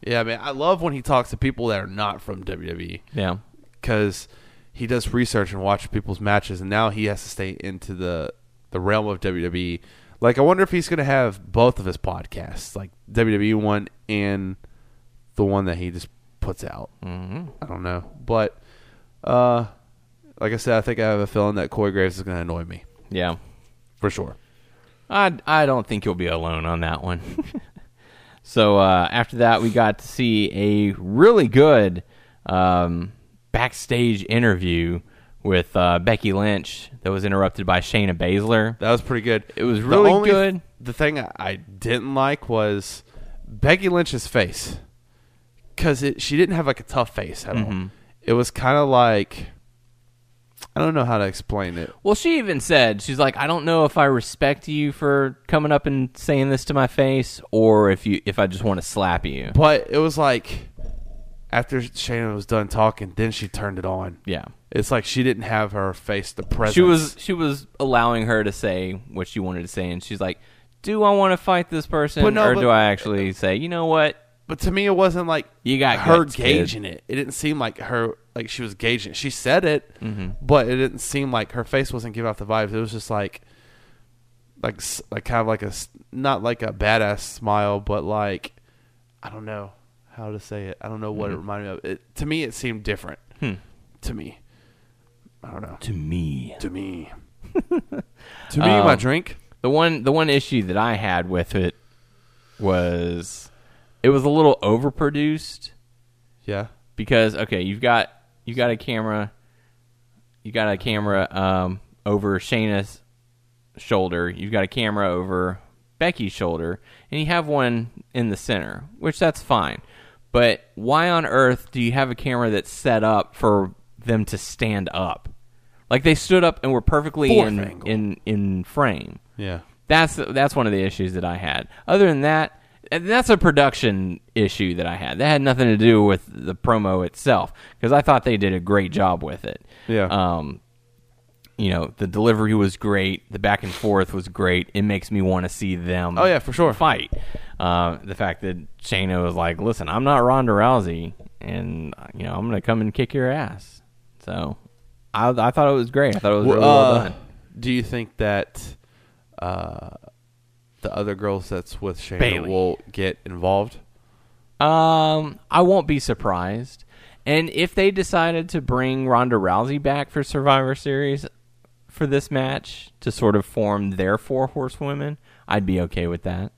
Speaker 5: yeah, man. I love when he talks to people that are not from E. WWE
Speaker 4: Yeah.
Speaker 5: because he does research and watch people's matches, and now he has to stay into the the realm of WWE. Like, I wonder if he's going to have both of his podcasts, like WWE one and the one that he just puts out. Mm-hmm. I don't know, but uh, like I said, I think I have a feeling that Corey Graves is going to annoy me
Speaker 4: Yeah.
Speaker 5: for sure.
Speaker 4: I, I don't think you'll be alone on that one. so uh, after that, we got to see a really good um, backstage interview with uh, Becky Lynch that was interrupted by Shayna Baszler.
Speaker 5: That was pretty good.
Speaker 4: It was
Speaker 5: The
Speaker 4: really
Speaker 5: only-
Speaker 4: good.
Speaker 5: The thing I- I didn't like was Becky Lynch's face because she didn't have like a tough face at
Speaker 4: Mm-hmm.
Speaker 5: all. It was kind of like I don't know how to explain it.
Speaker 4: Well, she even said she's like, I don't know if I respect you for coming up and saying this to my face, or if you if I just want to slap you.
Speaker 5: But it was like after Shayna was done talking, then she turned it on.
Speaker 4: Yeah.
Speaker 5: It's like she didn't have her face the presence.
Speaker 4: She was she was allowing her to say what she wanted to say, and she's like, "Do I want to fight this person,
Speaker 5: But no,
Speaker 4: or
Speaker 5: but-
Speaker 4: do I actually say, you know what?
Speaker 5: but to me, it wasn't like
Speaker 4: You got
Speaker 5: her
Speaker 4: guts, kid.
Speaker 5: gauging it. It didn't seem like her like she was gauging. it. She said it,
Speaker 4: Mm-hmm.
Speaker 5: but it didn't seem like her face wasn't giving off the vibes. It was just like, like s- like kind of like a s- not like a badass smile, but like I don't know how to say it. I don't know what it
Speaker 4: Mm-hmm.
Speaker 5: reminded me of. It, to me, it seemed different. To me, I don't know.
Speaker 4: Hmm. To me, Um,
Speaker 5: To me, to me, my drink.
Speaker 4: the one the one issue that I had with it was it was a little overproduced
Speaker 5: Yeah,
Speaker 4: because okay, you've got you got a camera, you got a camera um, over Shayna's shoulder, you've got a camera over Becky's shoulder, and you have one in the center, which that's fine. But why on earth do you have a camera that's set up for them to stand up? Like they stood up and were perfectly
Speaker 5: Fourth
Speaker 4: in,
Speaker 5: angle.
Speaker 4: in in frame.
Speaker 5: yeah.
Speaker 4: That's that's one of the issues that I had. Other than that, and that's a production issue that I had. That had nothing to do with the promo itself because I thought they did a great job with it.
Speaker 5: Yeah.
Speaker 4: Um, you know, the delivery was great. The back and forth was great. It makes me want to see them.
Speaker 5: Oh, yeah, for sure.
Speaker 4: Fight. Uh, the fact that Shayna was like, "Listen, I'm not Ronda Rousey, and you know, I'm going to come and kick your ass." So, I I thought it was great. I thought it was really well
Speaker 5: Uh,
Speaker 4: done.
Speaker 5: Do you think that uh, the other girls that's with Shayna
Speaker 4: Bailey.
Speaker 5: will get involved?
Speaker 4: Um, I won't be surprised. And if they decided to bring Ronda Rousey back for Survivor Series for this match to sort of form their four horsewomen, I'd be okay with that.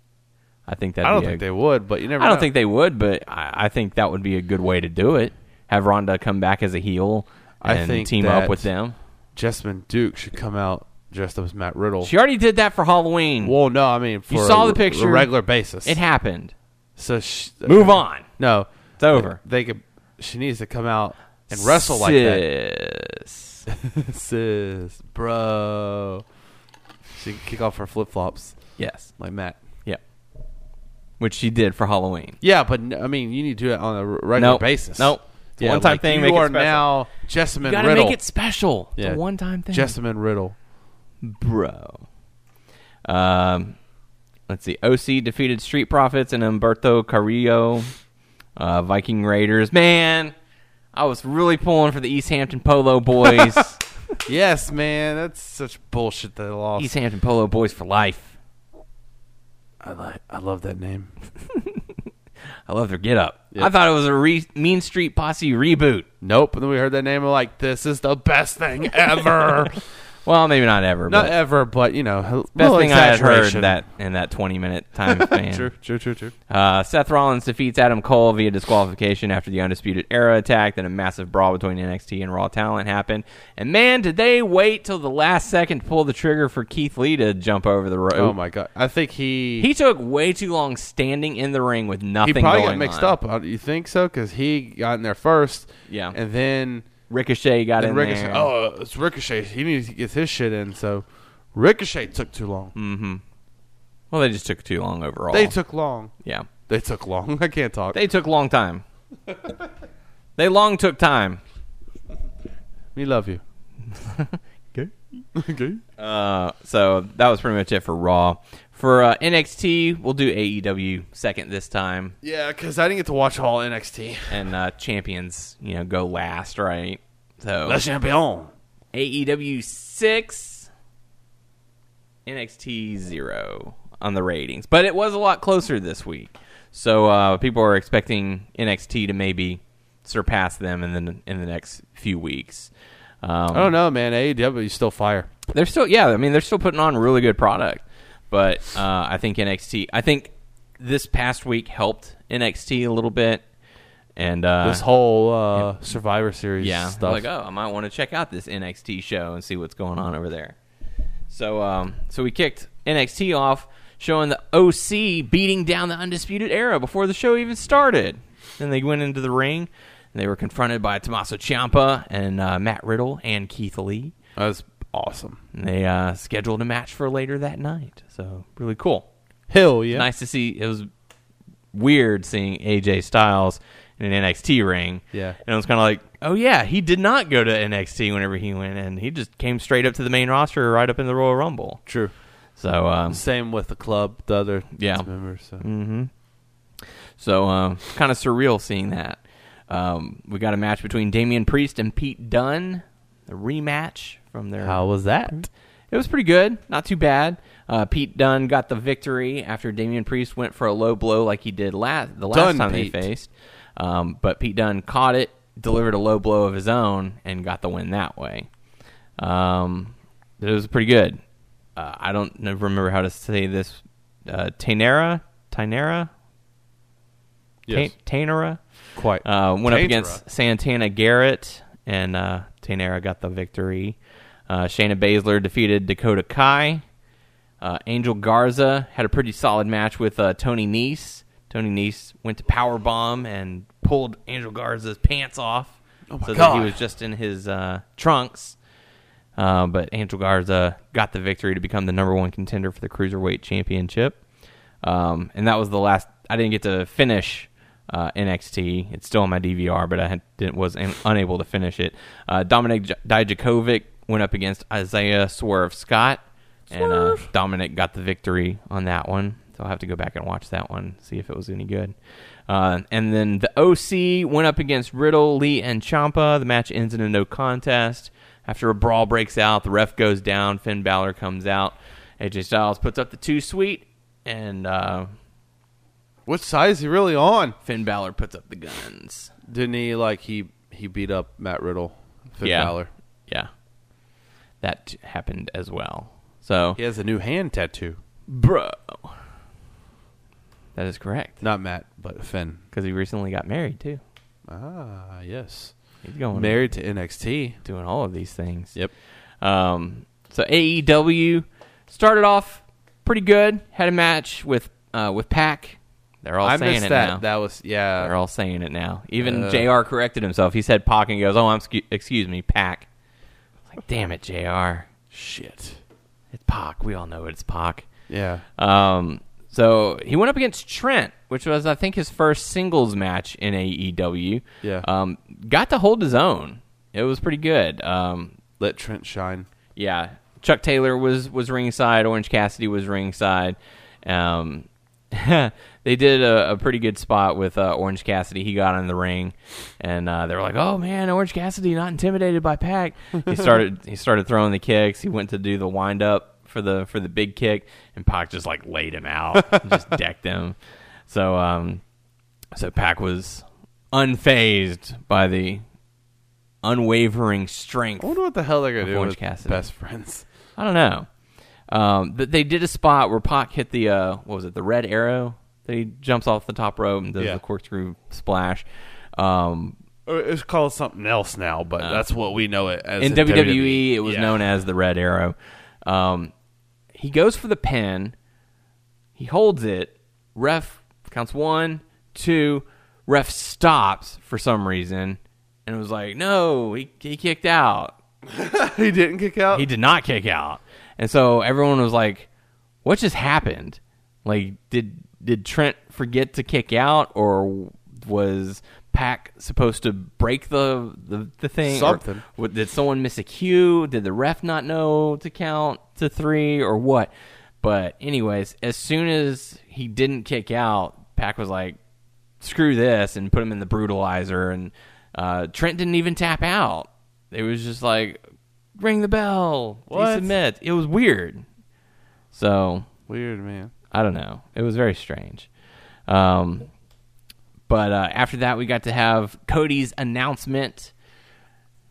Speaker 4: I think that.
Speaker 5: I don't
Speaker 4: be
Speaker 5: think
Speaker 4: a,
Speaker 5: they would, but you never.
Speaker 4: I don't
Speaker 5: know.
Speaker 4: think they would, but I, I think that would be a good way to do it. Have Ronda come back as a heel
Speaker 5: I
Speaker 4: and
Speaker 5: think
Speaker 4: team
Speaker 5: that-
Speaker 4: up with them.
Speaker 5: Jessamine Duke should come out dressed up as Matt Riddle.
Speaker 4: She already did that for Halloween.
Speaker 5: well, no, I mean, for
Speaker 4: You saw
Speaker 5: a-
Speaker 4: the picture.
Speaker 5: a regular basis.
Speaker 4: it happened.
Speaker 5: so she,
Speaker 4: Move on.
Speaker 5: No,
Speaker 4: It's over.
Speaker 5: They could. She needs to come out and wrestle like that,
Speaker 4: Sis.
Speaker 5: sis, bro. She can kick off her flip flops
Speaker 4: Yes.
Speaker 5: like Matt.
Speaker 4: Yeah. Which she did for Halloween.
Speaker 5: Yeah, but n- I mean, you need to do it on a r- regular
Speaker 4: Nope.
Speaker 5: basis.
Speaker 4: Nope. It's a one-time thing,
Speaker 5: You
Speaker 4: make it
Speaker 5: are
Speaker 4: special.
Speaker 5: now
Speaker 4: You
Speaker 5: Jessamine
Speaker 4: gotta
Speaker 5: Riddle.
Speaker 4: make it special. It's
Speaker 5: Yeah.
Speaker 4: a one time thing.
Speaker 5: Jessamine Riddle.
Speaker 4: bro. Um, let's see. OC defeated Street Profits and Umberto Carrillo. Uh, Viking Raiders. Man, I was really pulling for the East Hampton Polo Boys.
Speaker 5: Yes, man, that's such bullshit that I lost.
Speaker 4: East Hampton Polo Boys for life.
Speaker 5: I, li- I love that name.
Speaker 4: I love their get up.
Speaker 5: Yep.
Speaker 4: I thought it was a re- Mean Street Posse reboot.
Speaker 5: Nope. And then we heard that name. We're like, this is the best thing ever.
Speaker 4: Well, maybe not ever.
Speaker 5: Not
Speaker 4: but
Speaker 5: ever, but you know, a
Speaker 4: best
Speaker 5: little
Speaker 4: thing I had heard
Speaker 5: exaggeration.
Speaker 4: that in that twenty minute time span.
Speaker 5: True, true, true, true.
Speaker 4: Uh, Seth Rollins defeats Adam Cole via disqualification after the Undisputed Era attack. Then a massive brawl between NXT and Raw talent happened. And man, did they wait till the last second to pull the trigger for Keith Lee to jump over the rope?
Speaker 5: Oh my god, I think he
Speaker 4: He took way too long standing in the ring with
Speaker 5: he
Speaker 4: nothing.
Speaker 5: probably got
Speaker 4: going
Speaker 5: mixed
Speaker 4: on.
Speaker 5: up. Uh, You think so? Because he got in there first.
Speaker 4: Yeah.
Speaker 5: and then
Speaker 4: Ricochet got
Speaker 5: then
Speaker 4: in
Speaker 5: Ricochet.
Speaker 4: there.
Speaker 5: Oh, it's Ricochet. He needs to get his shit in. So Ricochet took too long.
Speaker 4: Mm. well, they just took too long overall.
Speaker 5: They took long.
Speaker 4: yeah,
Speaker 5: They took long. I can't talk.
Speaker 4: Oh. they took long time. they long took time.
Speaker 5: we love you.
Speaker 4: Uh, so that was pretty much it for Raw. For uh, NXT, we'll do AEW second this time.
Speaker 5: Yeah, because I didn't get to watch all NXT.
Speaker 4: and uh, champions, you know, go last, right? So
Speaker 5: Le champion.
Speaker 4: AEW six, NXT zero on the ratings, but it was a lot closer this week. So uh, people are expecting NXT to maybe surpass them in the in the next few weeks. Um,
Speaker 5: I don't know, man. AEW is still fire.
Speaker 4: they're still yeah i mean they're still putting on really good product but uh, i think nxt i think this past week helped nxt a little bit and uh,
Speaker 5: This whole uh, Survivor Series
Speaker 4: yeah
Speaker 5: stuff.
Speaker 4: like oh i might want to check out this nxt show and see what's going on over there so um so we kicked nxt off showing the oc beating down the undisputed era before the show even started then they went into the ring and they were confronted by Tommaso Ciampa and uh, Matt Riddle and Keith Lee.
Speaker 5: That was awesome.
Speaker 4: And they uh, scheduled a match for later that night. So really cool.
Speaker 5: Hell yeah.
Speaker 4: Nice to see. It was weird seeing AJ Styles in an NXT ring.
Speaker 5: Yeah.
Speaker 4: and it was kind of like, oh yeah, he did not go to NXT whenever he went in. He just came straight up to the main roster, right up in the Royal Rumble.
Speaker 5: True.
Speaker 4: So, um,
Speaker 5: Same with the club, the other
Speaker 4: Yeah. Mm.
Speaker 5: members. So.
Speaker 4: so um, kind of surreal seeing that. Um, we got a match between Damian Priest and Pete Dunne, a rematch from their
Speaker 5: How was that?
Speaker 4: It was pretty good, not too bad. Uh, Pete Dunn got the victory after Damian Priest went for a low blow like he did last the last
Speaker 5: Dunn,
Speaker 4: time
Speaker 5: Pete.
Speaker 4: they faced. Um, but Pete Dunn caught it, delivered a low blow of his own, and got the win that way. Um, it was pretty good. Uh, I don't know, remember how to say this. Uh, Tainera, Tainera, Ta- Tainera.
Speaker 5: Quite.
Speaker 4: Uh, went up
Speaker 5: Tainera.
Speaker 4: against Santana Garrett, and uh, Tanera got the victory. Uh, Shayna Baszler defeated Dakota Kai. Uh, Angel Garza had a pretty solid match with uh, Tony Nese. Tony Nese went to power bomb and pulled Angel Garza's pants off, so that
Speaker 5: God.
Speaker 4: he was just in his uh, trunks. Uh, but Angel Garza got the victory to become the number one contender for the cruiserweight championship. Um, and that was the last. I didn't get to finish uh, NXT. It's still on my DVR, but I had, didn't, was un- unable to finish it. Uh, Dominic J- Dijakovic went up against Isaiah Swerve Scott, and uh, Dominic got the victory on that one. So I'll have to go back and watch that one, see if it was any good. Uh, and then the OC went up against Riddle, Lee, and Champa. The match ends in a no contest. After a brawl breaks out, the ref goes down. Finn Balor comes out. AJ Styles puts up the two sweet, and uh,
Speaker 5: What size is he really on?
Speaker 4: Finn Balor puts up the guns.
Speaker 5: Didn't he like he he beat up Matt Riddle, Finn
Speaker 4: yeah.
Speaker 5: Balor?
Speaker 4: Yeah. That t- happened as well. So,
Speaker 5: He has a new hand tattoo.
Speaker 4: bro. That is correct.
Speaker 5: Not Matt, but Finn.
Speaker 4: Because he recently got married, too.
Speaker 5: Ah, yes.
Speaker 4: He's going
Speaker 5: Married to NXT.
Speaker 4: doing all of these things.
Speaker 5: Yep.
Speaker 4: Um, so AEW started off pretty good. Had a match with uh, with Pac. They're all
Speaker 5: I
Speaker 4: saying
Speaker 5: missed
Speaker 4: it
Speaker 5: that.
Speaker 4: now.
Speaker 5: That was yeah.
Speaker 4: They're all saying it now. Even
Speaker 5: Uh.
Speaker 4: Jr. corrected himself. He said Pac and he goes, "Oh, I'm scu- excuse me, Pac." I was like, damn it, Jr.
Speaker 5: shit.
Speaker 4: It's Pac. We all know it's Pac.
Speaker 5: Yeah.
Speaker 4: Um, so he went up against Trent, which was, I think, his first singles match in AEW.
Speaker 5: Yeah.
Speaker 4: Um, got to hold his own. It was pretty good. Um,
Speaker 5: Let Trent shine.
Speaker 4: yeah. Chuck Taylor was was ringside. Orange Cassidy was ringside. Um, they did a, a pretty good spot with uh, Orange Cassidy. He got in the ring, and uh, they were like, "Oh man, Orange Cassidy not intimidated by Pac." he started he started throwing the kicks. He went to do the wind up for the for the big kick, and Pac just like laid him out, just decked him. So um, so Pac was unfazed by the unwavering strength
Speaker 5: I wonder what the hell they're gonna do
Speaker 4: Orange
Speaker 5: with
Speaker 4: Cassidy.
Speaker 5: best friends.
Speaker 4: I don't know. Um, but they did a spot where Pac hit the uh, what was it? The red arrow that he jumps off the top rope and does
Speaker 5: Yeah.
Speaker 4: the corkscrew splash. Um,
Speaker 5: Or Uh, It's called something else now, but that's what we know it as.
Speaker 4: Uh. in E. WWE, it was
Speaker 5: E. Yeah.
Speaker 4: known as the red arrow. Um, he goes for the pin. He holds it. Ref counts one, two. Ref stops for some reason and was like, "No, he, he kicked out."
Speaker 5: he didn't kick out.
Speaker 4: he did not kick out. And so everyone was like, "What just happened? Like, did did Trent forget to kick out, or was Pac supposed to break the the, the thing? Or
Speaker 5: Something.
Speaker 4: wa- did someone miss a cue? Did the ref not know to count to three, or what? But anyways, as soon as he didn't kick out, Pac was like, "Screw this," and put him in the brutalizer. And uh, Trent didn't even tap out. It was just like, "Ring the bell." He
Speaker 5: What?
Speaker 4: submits. It was weird. So
Speaker 5: Weird man.
Speaker 4: I don't know. It was very strange. Um, but uh, after that, we got to have Cody's announcement.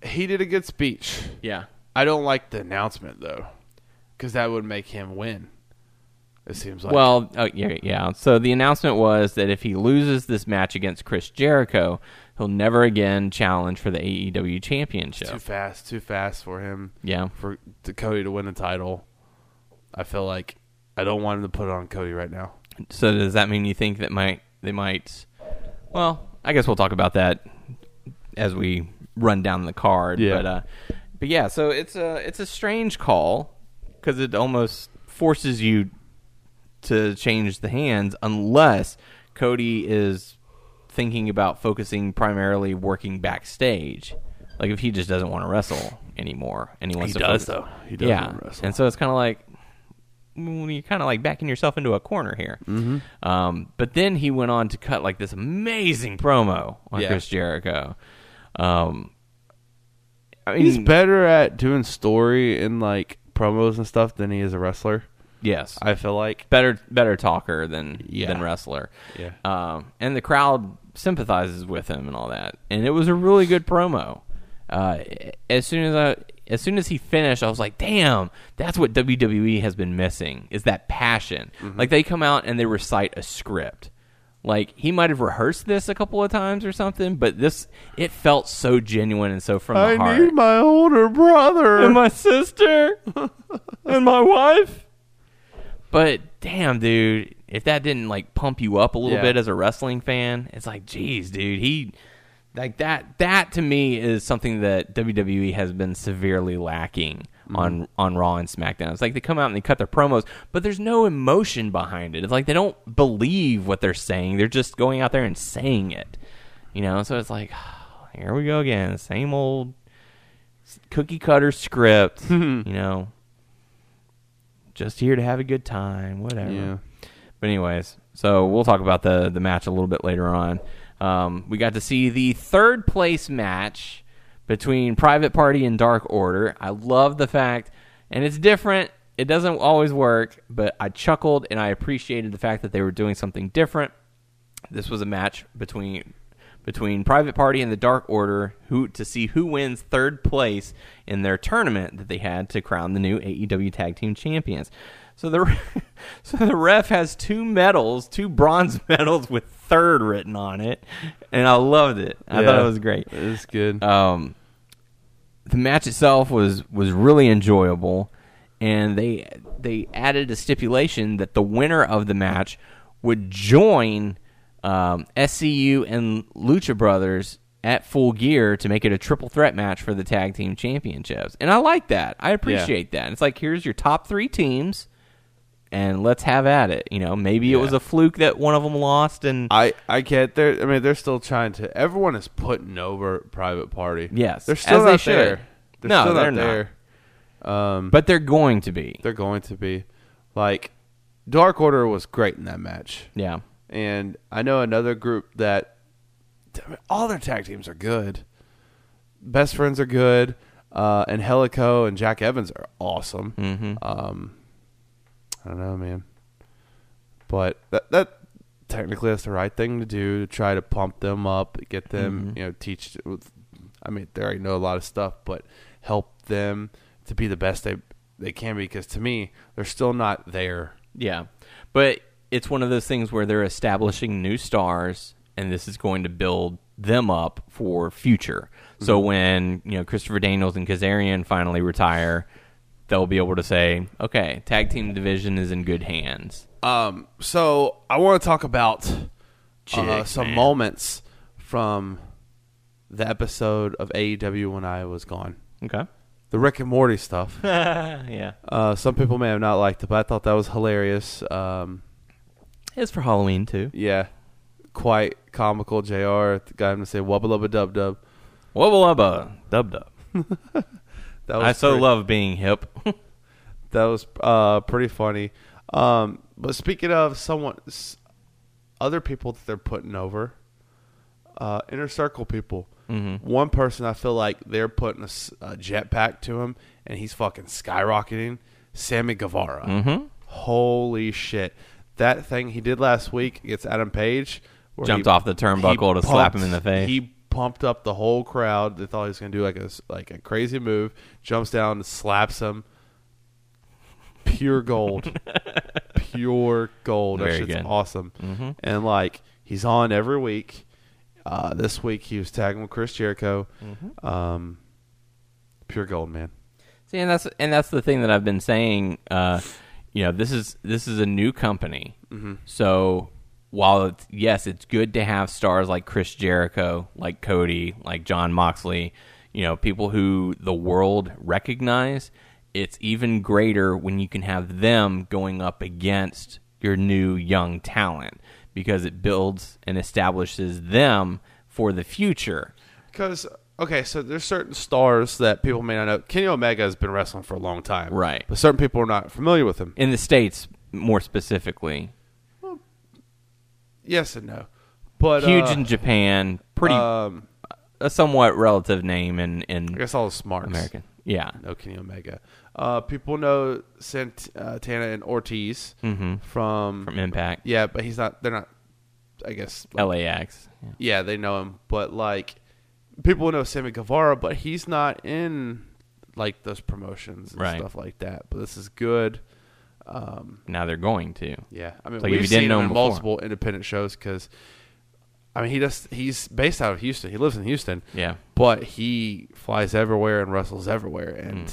Speaker 5: He did a good speech.
Speaker 4: Yeah.
Speaker 5: I don't like the announcement though, because that would make him win. It seems like.
Speaker 4: Well, oh, yeah, yeah. So the announcement was that if he loses this match against Chris Jericho, he'll never again challenge for the AEW
Speaker 5: too
Speaker 4: Championship.
Speaker 5: fast, too fast for him.
Speaker 4: Yeah.
Speaker 5: for to Cody to win the title. I feel like I don't want him to put it on Cody right now.
Speaker 4: So does that mean you think that might they might? Well, I guess we'll talk about that as we run down the card.
Speaker 5: Yeah.
Speaker 4: But, uh, but yeah, so it's a it's a strange call because it almost forces you to change the hands unless Cody is thinking about focusing primarily working backstage. Like if he just doesn't want to wrestle anymore, and he wants
Speaker 5: He
Speaker 4: to
Speaker 5: does,
Speaker 4: focus-
Speaker 5: though. He does
Speaker 4: yeah,
Speaker 5: wanna wrestle.
Speaker 4: and so it's kind of like well, you're kind of like backing yourself into a corner here.
Speaker 5: Mm-hmm.
Speaker 4: Um, but then he went on to cut like this amazing promo on
Speaker 5: Yeah.
Speaker 4: Chris Jericho. Um, I mean,
Speaker 5: He's better at doing story and like promos and stuff than he is a wrestler.
Speaker 4: yes,
Speaker 5: I feel like.
Speaker 4: better better talker than
Speaker 5: Yeah.
Speaker 4: than wrestler.
Speaker 5: Yeah.
Speaker 4: Um, and the crowd sympathizes with him and all that. And it was a really good promo. Uh, as soon as I as soon as he finished, I was like, "Damn, that's what WWE has been missing is that passion."
Speaker 5: Mm-hmm.
Speaker 4: Like they come out and they recite a script. Like he might have rehearsed this a couple of times or something, but this it felt so genuine and so from the
Speaker 5: I
Speaker 4: heart
Speaker 5: need my older brother.
Speaker 4: and my sister and my wife. But damn, dude, if that didn't like pump you up a little
Speaker 5: Yeah.
Speaker 4: bit as a wrestling fan, it's like, geez, dude, he like that. That to me is something that WWE has been severely lacking on on Raw and SmackDown. It's like they come out and they cut their promos, but there's no emotion behind it. It's like they don't believe what they're saying; they're just going out there and saying it. You know, so it's like, here we go again, same old cookie cutter script, you know. Just here to have a good time, whatever.
Speaker 5: Yeah.
Speaker 4: But anyways, so we'll talk about the the match a little bit later on. Um, we got to see the third place match between Private Party and Dark Order. I love the fact, and it's different. It doesn't always work, but I chuckled and I appreciated the fact that they were doing something different. This was a match between between Private Party and the Dark Order who to see who wins third place in their tournament that they had to crown the new AEW Tag Team Champions. So the so the ref has two medals, two bronze medals with third written on it, and I loved it. I thought it was great.
Speaker 5: It's good.
Speaker 4: Um, the match itself was was really enjoyable, and they they added a stipulation that the winner of the match would join um, SCU and Lucha Brothers at Full Gear to make it a triple threat match for the tag team championships. And I like that. I appreciate that. It's like here's your top 3 teams and let's have at it, you know. Maybe it was a fluke that one of them lost and
Speaker 5: I I can't. They're I mean they're still trying to. Everyone is putting over Private Party.
Speaker 4: Yes,
Speaker 5: they're still
Speaker 4: as
Speaker 5: not
Speaker 4: they should.
Speaker 5: there. They're
Speaker 4: No,
Speaker 5: still
Speaker 4: they're
Speaker 5: not
Speaker 4: not.
Speaker 5: there. Um,
Speaker 4: but they're going to be.
Speaker 5: they're going to be like Dark Order was great in that match.
Speaker 4: Yeah.
Speaker 5: And I know another group that damn it, all their tag teams are good. Best friends are good. Uh, and Helico and Jack Evans are awesome. Um, I don't know, man. But that that technically that's the right thing to do to try to pump them up, get them, you know, teach. I mean, they already know a lot of stuff, but help them to be the best they they can be. Because to me, they're still not there.
Speaker 4: Yeah. But it's one of those things where they're establishing new stars and this is going to build them up for future. So when, you know, Christopher Daniels and Kazarian finally retire, they'll be able to say, "Okay, tag team division is in good hands."
Speaker 5: Um, so I want to talk about uh, some moments from the episode of AEW when I was gone.
Speaker 4: Okay.
Speaker 5: The Rick and Morty stuff.
Speaker 4: Yeah.
Speaker 5: uh, some people may have not liked it, but I thought that was hilarious. Um,
Speaker 4: It's for Halloween too.
Speaker 5: yeah, quite comical. Jr. got him to say "wubba lubba dub dub."
Speaker 4: Wubba lubba dub dub.
Speaker 5: That was
Speaker 4: I so
Speaker 5: pretty-
Speaker 4: love being hip.
Speaker 5: that was uh, pretty funny. Um, but speaking of someone, s- other people that they're putting over, uh, inner circle people.
Speaker 4: Mm-hmm.
Speaker 5: One person I feel like they're putting a, s- a jetpack to him, and he's fucking skyrocketing. Sammy Guevara.
Speaker 4: Mm-hmm.
Speaker 5: Holy shit! That thing he did last week against Adam Page. where
Speaker 4: Jumped off the turnbuckle
Speaker 5: he
Speaker 4: to slap him in the face.
Speaker 5: He pumped up the whole crowd. They thought he was going to do like a s- like a crazy move. Jumps down, slaps him pure gold, pure gold. That
Speaker 4: Very
Speaker 5: shit's
Speaker 4: good. Mm-hmm.
Speaker 5: awesome. And like he's on every week. Uh, this week he was tagging with Chris Jericho.
Speaker 4: Mm-hmm.
Speaker 5: Um, pure gold, man.
Speaker 4: See, and that's and that's the thing that I've been saying. Uh, you know, this is this is a new company, so while it's, yes, it's good to have stars like Chris Jericho, like Cody, like John Moxley, you know, people who the world recognize. It's even greater when you can have them going up against your new young talent because it builds and establishes them for the future.
Speaker 5: Because okay, so there's certain stars that people may not know. Kenny Omega has been wrestling for a long time,
Speaker 4: Right.
Speaker 5: But certain people are not familiar with him.
Speaker 4: In the states, more specifically,
Speaker 5: Yes and no. But
Speaker 4: huge
Speaker 5: uh,
Speaker 4: in Japan, pretty
Speaker 5: um,
Speaker 4: a somewhat relative name in in
Speaker 5: I guess all the smarts.
Speaker 4: American. Yeah,
Speaker 5: No Kenny Omega. Uh, people know Santana and Ortiz
Speaker 4: Mm-hmm.
Speaker 5: from
Speaker 4: from Impact,
Speaker 5: Yeah, but he's not. They're not. I guess. Like,
Speaker 4: LAX. Yeah.
Speaker 5: yeah, they know him, but like people know Sammy Guevara, but he's not in like those promotions and
Speaker 4: Right.
Speaker 5: stuff like that. But this is good.
Speaker 4: Now they're going to.
Speaker 5: Yeah, I mean,
Speaker 4: Like,
Speaker 5: we've
Speaker 4: if you didn't
Speaker 5: seen
Speaker 4: know
Speaker 5: him
Speaker 4: him
Speaker 5: in
Speaker 4: before.
Speaker 5: multiple independent shows because. I mean, he does. He's based out of Houston. He lives in Houston.
Speaker 4: Yeah.
Speaker 5: but he flies everywhere and wrestles everywhere. And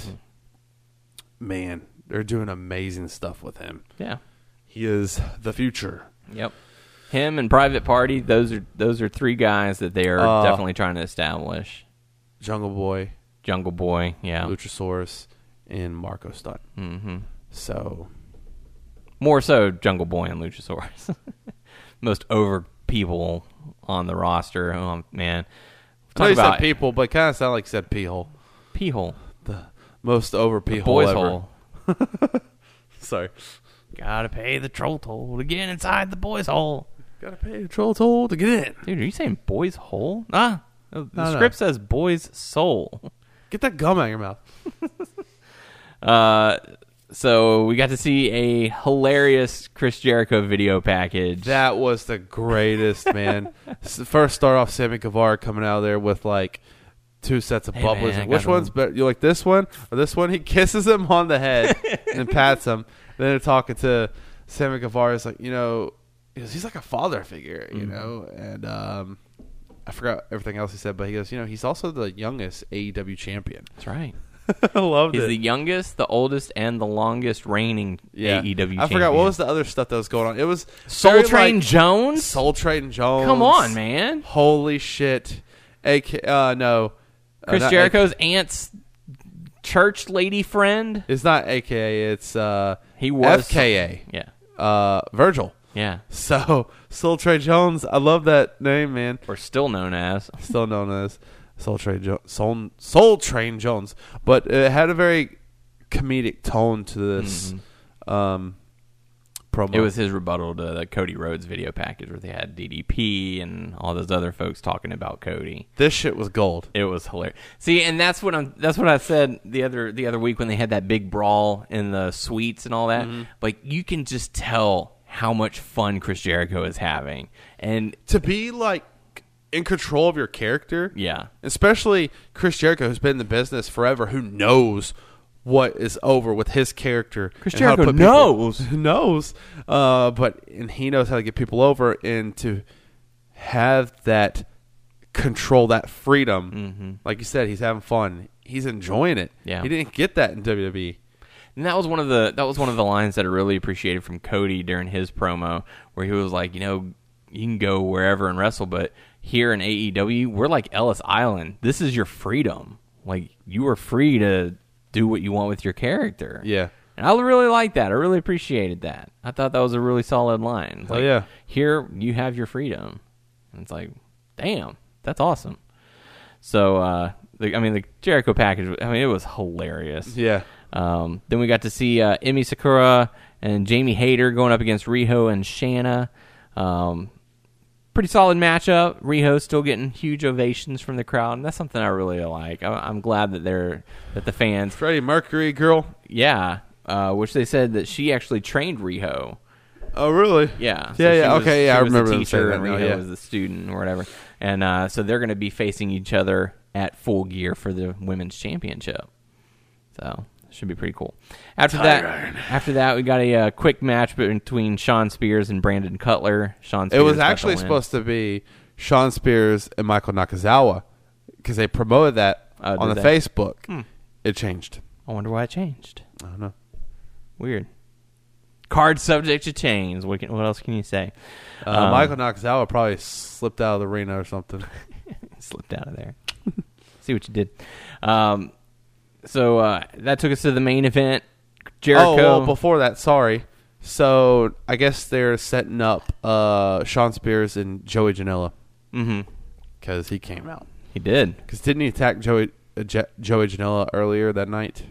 Speaker 4: Mm-hmm.
Speaker 5: man, they're doing amazing stuff with him.
Speaker 4: Yeah.
Speaker 5: He is the future.
Speaker 4: Yep. Him and Private Party. Those are those are three guys that they are
Speaker 5: Uh,
Speaker 4: definitely trying to establish.
Speaker 5: Jungle Boy,
Speaker 4: Jungle Boy. Yeah.
Speaker 5: Luchasaurus, and Marco Stunt. Mm-hmm. So
Speaker 4: More so, Jungle Boy and Luchasaurus. Most over people on the roster. Oh man.
Speaker 5: I know
Speaker 4: Talk
Speaker 5: you
Speaker 4: about
Speaker 5: said people, but kind of sound like you said pee hole.
Speaker 4: pee hole.
Speaker 5: Most over pee hole.
Speaker 4: Boys
Speaker 5: ever.
Speaker 4: hole.
Speaker 5: Sorry.
Speaker 4: Gotta pay the troll toll to get inside the boys hole.
Speaker 5: Gotta pay a troll toll to get in.
Speaker 4: Dude, are you saying boys hole? Ah, the
Speaker 5: No, no.
Speaker 4: script says boys soul.
Speaker 5: Get that gum out of your mouth.
Speaker 4: Uh, so we got to see a hilarious Chris Jericho video package.
Speaker 5: That was the greatest, man. S- First start off, Sammy Guevara coming out of there with like two sets of
Speaker 4: Hey,
Speaker 5: bubblers.
Speaker 4: man, I
Speaker 5: Like, Which
Speaker 4: got
Speaker 5: one's
Speaker 4: one.
Speaker 5: better? You like this one or this one? He kisses him on the head and pats him. Then they're talking to Sammy Guevara. It's like, you know, he goes, he's like a father figure,
Speaker 4: Mm-hmm.
Speaker 5: you know? And um, I forgot everything else he said, but he goes, you know, he's also the youngest AEW champion.
Speaker 4: That's right.
Speaker 5: I loved
Speaker 4: He's
Speaker 5: it.
Speaker 4: the youngest, the oldest, and the longest reigning
Speaker 5: yeah.
Speaker 4: AEW
Speaker 5: I forgot. What
Speaker 4: E champion.
Speaker 5: was the other stuff that was going on? It was
Speaker 4: Soul
Speaker 5: very,
Speaker 4: Train
Speaker 5: like,
Speaker 4: Jones?
Speaker 5: Soul Train Jones. Oh,
Speaker 4: Come on, man.
Speaker 5: Holy shit. AK, uh, no, Uh,
Speaker 4: Chris
Speaker 5: not
Speaker 4: Jericho's aunt's church lady friend.
Speaker 5: AK it's not AKA. It's uh,
Speaker 4: He was
Speaker 5: FKA.
Speaker 4: Yeah,
Speaker 5: Uh, Virgil.
Speaker 4: yeah.
Speaker 5: So Soul Trey Jones. I love that name, man.
Speaker 4: Or still known as.
Speaker 5: Still known as Soul Train jo- Soul, Soul Train Jones, but it had a very comedic tone to this um, promo.
Speaker 4: Mm-hmm. It was his rebuttal to the Cody Rhodes video package where they had DDP and all those other folks talking about Cody.
Speaker 5: this shit was gold.
Speaker 4: It was hilarious. See, and that's what I'm. That's what I said the other the other week when they had that big brawl in the suites and all that. Like you can just tell how much fun Chris Jericho is having, and
Speaker 5: to be like in control of your character.
Speaker 4: Yeah.
Speaker 5: Especially Chris Jericho, who's been in the business forever, who knows what is over with his character.
Speaker 4: Chris
Speaker 5: and how to
Speaker 4: Jericho
Speaker 5: put people-
Speaker 4: knows.
Speaker 5: knows. Uh, but and he knows how to get people over and to have that control, that freedom. Like you said, he's having fun. He's enjoying it.
Speaker 4: Mm-hmm. Yeah.
Speaker 5: He didn't get that in E. WWE.
Speaker 4: And that was one of the that was one of the lines that I really appreciated from Cody during his promo, where he was like, you know, you can go wherever and wrestle, but here in AEW, we're like Ellis Island. This is your freedom. Like you are free to do what you want with your character.
Speaker 5: Yeah.
Speaker 4: And I really liked that. I really appreciated that. I thought that was a really solid line.
Speaker 5: Hell yeah.
Speaker 4: Here you have your freedom. And it's like, damn, that's awesome. So, uh, the, I mean, the Jericho package. I mean, it was hilarious.
Speaker 5: Yeah.
Speaker 4: Um, then we got to see uh, Emmy Sakura and Jamie Hayter going up against Riho and Shanna. Um, pretty solid matchup. Riho still getting huge ovations from the crowd, and that's something I really like. I, I'm glad that they're that the fans,
Speaker 5: Freddie Mercury girl.
Speaker 4: yeah, uh, which they said that she actually trained Riho.
Speaker 5: Oh really?
Speaker 4: Yeah. so
Speaker 5: Yeah,
Speaker 4: she
Speaker 5: yeah.
Speaker 4: was-
Speaker 5: okay, yeah,
Speaker 4: she
Speaker 5: I
Speaker 4: was the
Speaker 5: remember them saying
Speaker 4: teacher
Speaker 5: that
Speaker 4: and
Speaker 5: now,
Speaker 4: Riho
Speaker 5: yeah.
Speaker 4: was the student or whatever. And uh, so they're going to be facing each other at full gear for the women's championship. So should be pretty cool. After that, after that, we got a uh, quick match between Sean Spears and Brandon Cutler. Sean Spears
Speaker 5: It was
Speaker 4: got the
Speaker 5: actually
Speaker 4: win.
Speaker 5: supposed to be Sean Spears and Michael Nakazawa because they promoted that
Speaker 4: Oh,
Speaker 5: on the
Speaker 4: did they? Hmm.
Speaker 5: Facebook. It changed.
Speaker 4: I wonder why it changed.
Speaker 5: I don't know.
Speaker 4: Weird. Card subject to change. What, can, what else can you say?
Speaker 5: Uh,
Speaker 4: Um,
Speaker 5: Michael Nakazawa probably slipped out of the arena or something.
Speaker 4: slipped out of there. See what you did. Um, so uh, that took us to the main event. Jericho.
Speaker 5: Oh, well, before that, sorry. So I guess they're setting up uh, Sean Spears and Joey Janela
Speaker 4: Mhm.
Speaker 5: because he came out.
Speaker 4: He did.
Speaker 5: Because didn't he attack Joey uh, Je- Joey Janela earlier that night?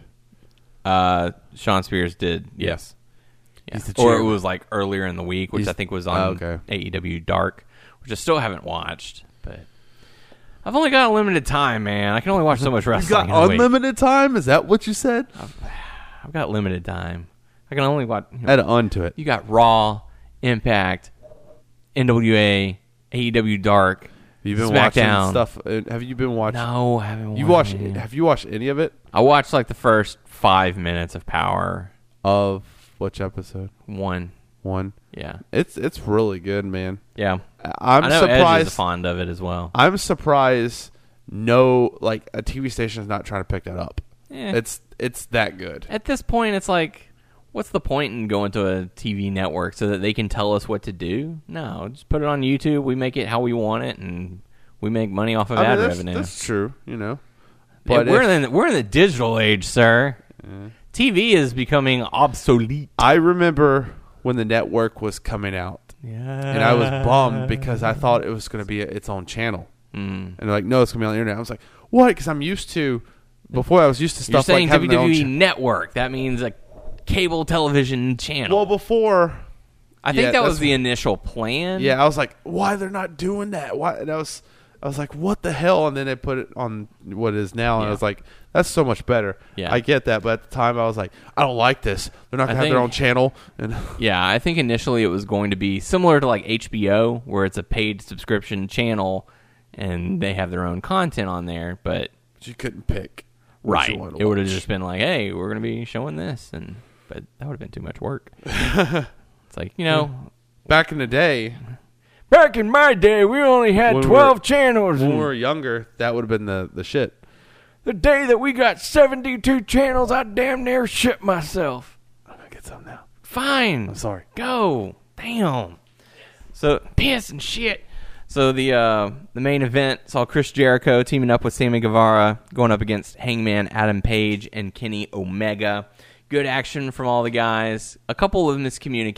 Speaker 4: Uh, Sean Spears did. Yes. Yeah.
Speaker 5: He's the
Speaker 4: Or it
Speaker 5: champ.
Speaker 4: was like earlier in the week, which
Speaker 5: He's-
Speaker 4: I think was
Speaker 5: Oh,
Speaker 4: on
Speaker 5: okay.
Speaker 4: AEW Dark, which I still haven't watched. But I've only got a limited time, man. I can only watch so much
Speaker 5: You
Speaker 4: wrestling.
Speaker 5: got
Speaker 4: in a week.
Speaker 5: unlimited time? Is that what you said?
Speaker 4: I've got limited time. I can only watch. you know,
Speaker 5: Add an un to it.
Speaker 4: You got Raw, Impact, NWA, AEW E Dark.
Speaker 5: You've been
Speaker 4: SmackDown.
Speaker 5: watching stuff. uh, Have you been watching?
Speaker 4: No, I haven't.
Speaker 5: You watch?
Speaker 4: watched any.
Speaker 5: Have you watched any of it?
Speaker 4: I watched like the first five minutes of Power
Speaker 5: Of which episode?
Speaker 4: One.
Speaker 5: One.
Speaker 4: Yeah,
Speaker 5: It's it's really good, man.
Speaker 4: yeah.
Speaker 5: I'm
Speaker 4: I know Edge is
Speaker 5: surprised.
Speaker 4: fond of it as well.
Speaker 5: I'm surprised. No, like a TV station is not trying to pick that up.
Speaker 4: Eh.
Speaker 5: It's it's that good.
Speaker 4: At this point, it's like, what's the point in going to a TV network so that they can tell us what to do? No, just put it on YouTube. We make it how we want it, and we make money off of
Speaker 5: I mean,
Speaker 4: ad
Speaker 5: that's,
Speaker 4: revenue.
Speaker 5: that's true. You know,
Speaker 4: Yeah,
Speaker 5: but
Speaker 4: we're
Speaker 5: if-
Speaker 4: in the, we're in the digital age, sir. TV is becoming obsolete.
Speaker 5: I remember when the network was coming out, and I was bummed because I thought it was going to be its own channel. Mm. And they're like, no, it's going to be on the internet. I was like, what? Because I'm used to. Before I was used to
Speaker 4: You're
Speaker 5: stuff like
Speaker 4: saying E
Speaker 5: having their own
Speaker 4: WWE
Speaker 5: cha-
Speaker 4: Network. That means a cable television channel.
Speaker 5: Well, before
Speaker 4: I think
Speaker 5: Yeah,
Speaker 4: that
Speaker 5: that's-
Speaker 4: was the initial plan.
Speaker 5: Yeah, I was like, why they're not doing that? Why? And I was, I was like, what the hell? And then they put it on what it is now, and
Speaker 4: Yeah.
Speaker 5: I was like, that's so much better.
Speaker 4: Yeah.
Speaker 5: I get that, but at the time, I was like, I don't like this. They're not
Speaker 4: I
Speaker 5: gonna have their
Speaker 4: think-
Speaker 5: own channel, and
Speaker 4: Yeah, I think initially it was going to be similar to like HBO, where it's a paid subscription channel, and they have their own content on there. But
Speaker 5: you couldn't pick. what you
Speaker 4: right,
Speaker 5: wanted to
Speaker 4: it would have
Speaker 5: watch.
Speaker 4: just been like, hey, we're going to be showing this, and but that would have been too much work. it's like you know,
Speaker 5: back in the day
Speaker 4: back in my day, we only had
Speaker 5: When we were-
Speaker 4: 12 channels.
Speaker 5: when
Speaker 4: and
Speaker 5: we were younger. That would have been the the shit.
Speaker 4: the day that we got 72 channels, I damn near shit myself.
Speaker 5: I get some now.
Speaker 4: Fine. I'm
Speaker 5: sorry.
Speaker 4: Go. Damn. So piss and shit. So the uh, the main event saw Chris Jericho teaming up with Sammy Guevara, going up against Hangman Adam Page and Kenny Omega. Good action from all the guys. A couple of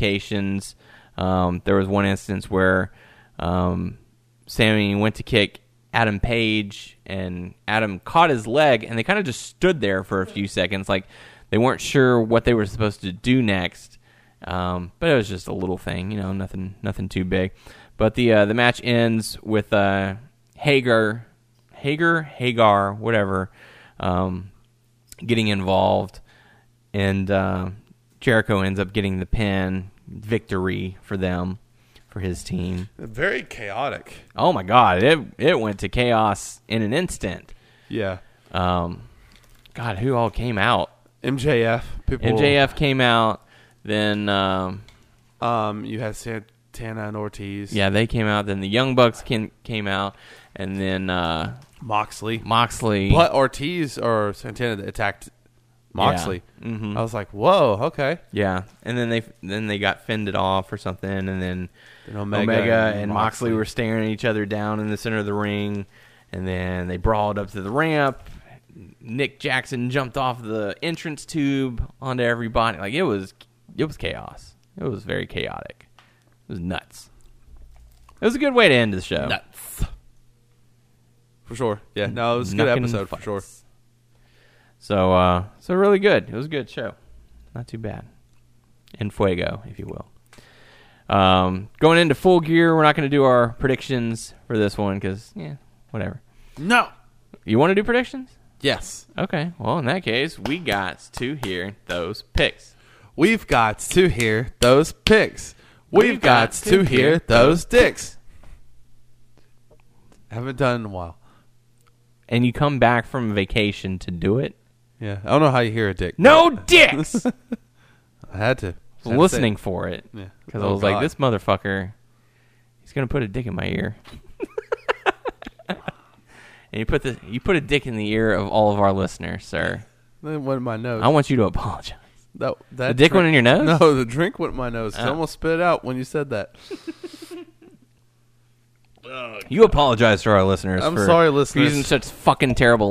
Speaker 4: miscommunications. Um, there was one instance where um, Sammy went to kick Adam Page, and Adam caught his leg, and they kind of just stood there for a few seconds, like they weren't sure what they were supposed to do next. Um, but it was just a little thing, you know, nothing, nothing too big. But the uh, the match ends with uh, Hager, Hager, Hagar, whatever, um, getting involved, and uh, Jericho ends up getting the pin, victory for them, for his team.
Speaker 5: Very chaotic.
Speaker 4: Oh my god, it it went to chaos in an instant.
Speaker 5: Yeah.
Speaker 4: Um, God, who all came out?
Speaker 5: MJF. People,
Speaker 4: MJF came out. Then um,
Speaker 5: Um, you had Santana and Ortiz.
Speaker 4: yeah, they came out. Then the Young Bucks came came out, and then uh,
Speaker 5: Moxley.
Speaker 4: Moxley.
Speaker 5: But Ortiz or Santana that attacked Moxley.
Speaker 4: Mhm.
Speaker 5: I was like, whoa, okay.
Speaker 4: Yeah, and then they then they got fended off or something, and then
Speaker 5: Then
Speaker 4: Omega,
Speaker 5: Omega
Speaker 4: and,
Speaker 5: and
Speaker 4: Moxley
Speaker 5: Moxley.
Speaker 4: were staring at each other down in the center of the ring, and then they brawled up to the ramp. Nick Jackson jumped off the entrance tube onto everybody. Like it was, it was chaos. It was very chaotic. It was nuts. It was a good way to end the show.
Speaker 5: Nuts. For sure. Yeah. No, it was a good
Speaker 4: Knocking
Speaker 5: episode for
Speaker 4: fights.
Speaker 5: sure.
Speaker 4: So, uh, so really good. It was a good show. Not too bad. In fuego, if you will. Um, going into full gear, we're not going to do our predictions for this one because, yeah, whatever.
Speaker 5: No.
Speaker 4: You want to do predictions?
Speaker 5: Yes.
Speaker 4: Okay. Well, in that case, we got to hear those picks.
Speaker 5: We've got to hear those picks. We've,
Speaker 4: We've
Speaker 5: got,
Speaker 4: got
Speaker 5: to hear
Speaker 4: to hear
Speaker 5: those dicks. Haven't done in a while.
Speaker 4: And you come back from vacation to do it?
Speaker 5: Yeah. I don't know how you hear a dick.
Speaker 4: No dicks!
Speaker 5: I had to. had to
Speaker 4: listening
Speaker 5: say
Speaker 4: for it.
Speaker 5: Yeah.
Speaker 4: Because I
Speaker 5: Oh,
Speaker 4: was
Speaker 5: God.
Speaker 4: like, this motherfucker, he's going to put a dick in my ear. and you put, the, you put a dick in the ear of all of our listeners, sir.
Speaker 5: it. That went in my nose.
Speaker 4: I want you to apologize.
Speaker 5: that, that
Speaker 4: The dick
Speaker 5: drink-
Speaker 4: went in your nose?
Speaker 5: No, the drink went in my nose. I
Speaker 4: Oh.
Speaker 5: almost spit it out when you said that.
Speaker 4: You apologize to our listeners.
Speaker 5: I'm
Speaker 4: for
Speaker 5: sorry,
Speaker 4: for
Speaker 5: listeners.
Speaker 4: using such fucking terrible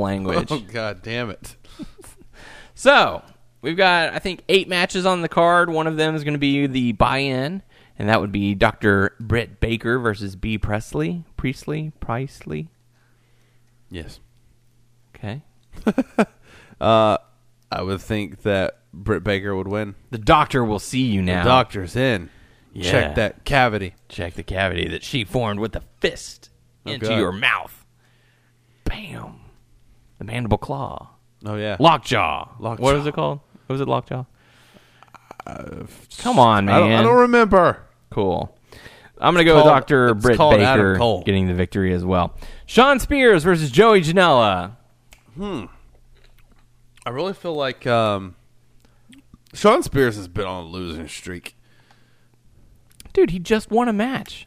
Speaker 4: language.
Speaker 5: Oh, God damn it.
Speaker 4: So we've got, I think, eight matches on the card. One of them is going to be the buy-in, and that would be Dr. Britt Baker versus B. Presley, Priestley, Priestley.
Speaker 5: Yes.
Speaker 4: Okay,
Speaker 5: I would think that Britt Baker would win.
Speaker 4: the doctor will see you now.
Speaker 5: The doctor's in.
Speaker 4: Yeah.
Speaker 5: Check that cavity.
Speaker 4: Check the cavity that she formed with a fist
Speaker 5: Oh,
Speaker 4: into
Speaker 5: God.
Speaker 4: your mouth. Bam. The mandible claw.
Speaker 5: Oh yeah.
Speaker 4: Lockjaw.
Speaker 5: Lockjaw.
Speaker 4: What was it called? What was it Lockjaw? Come on, man.
Speaker 5: Uh, I don't, I don't remember.
Speaker 4: Cool. I'm going to go with
Speaker 5: called-
Speaker 4: Dr.
Speaker 5: it's
Speaker 4: Britt
Speaker 5: called Adam
Speaker 4: Baker
Speaker 5: Cole.
Speaker 4: getting the victory as well. Sean Spears versus Joey Janela.
Speaker 5: I really feel like um, Sean Spears has been on a losing streak.
Speaker 4: Dude, he just won a match.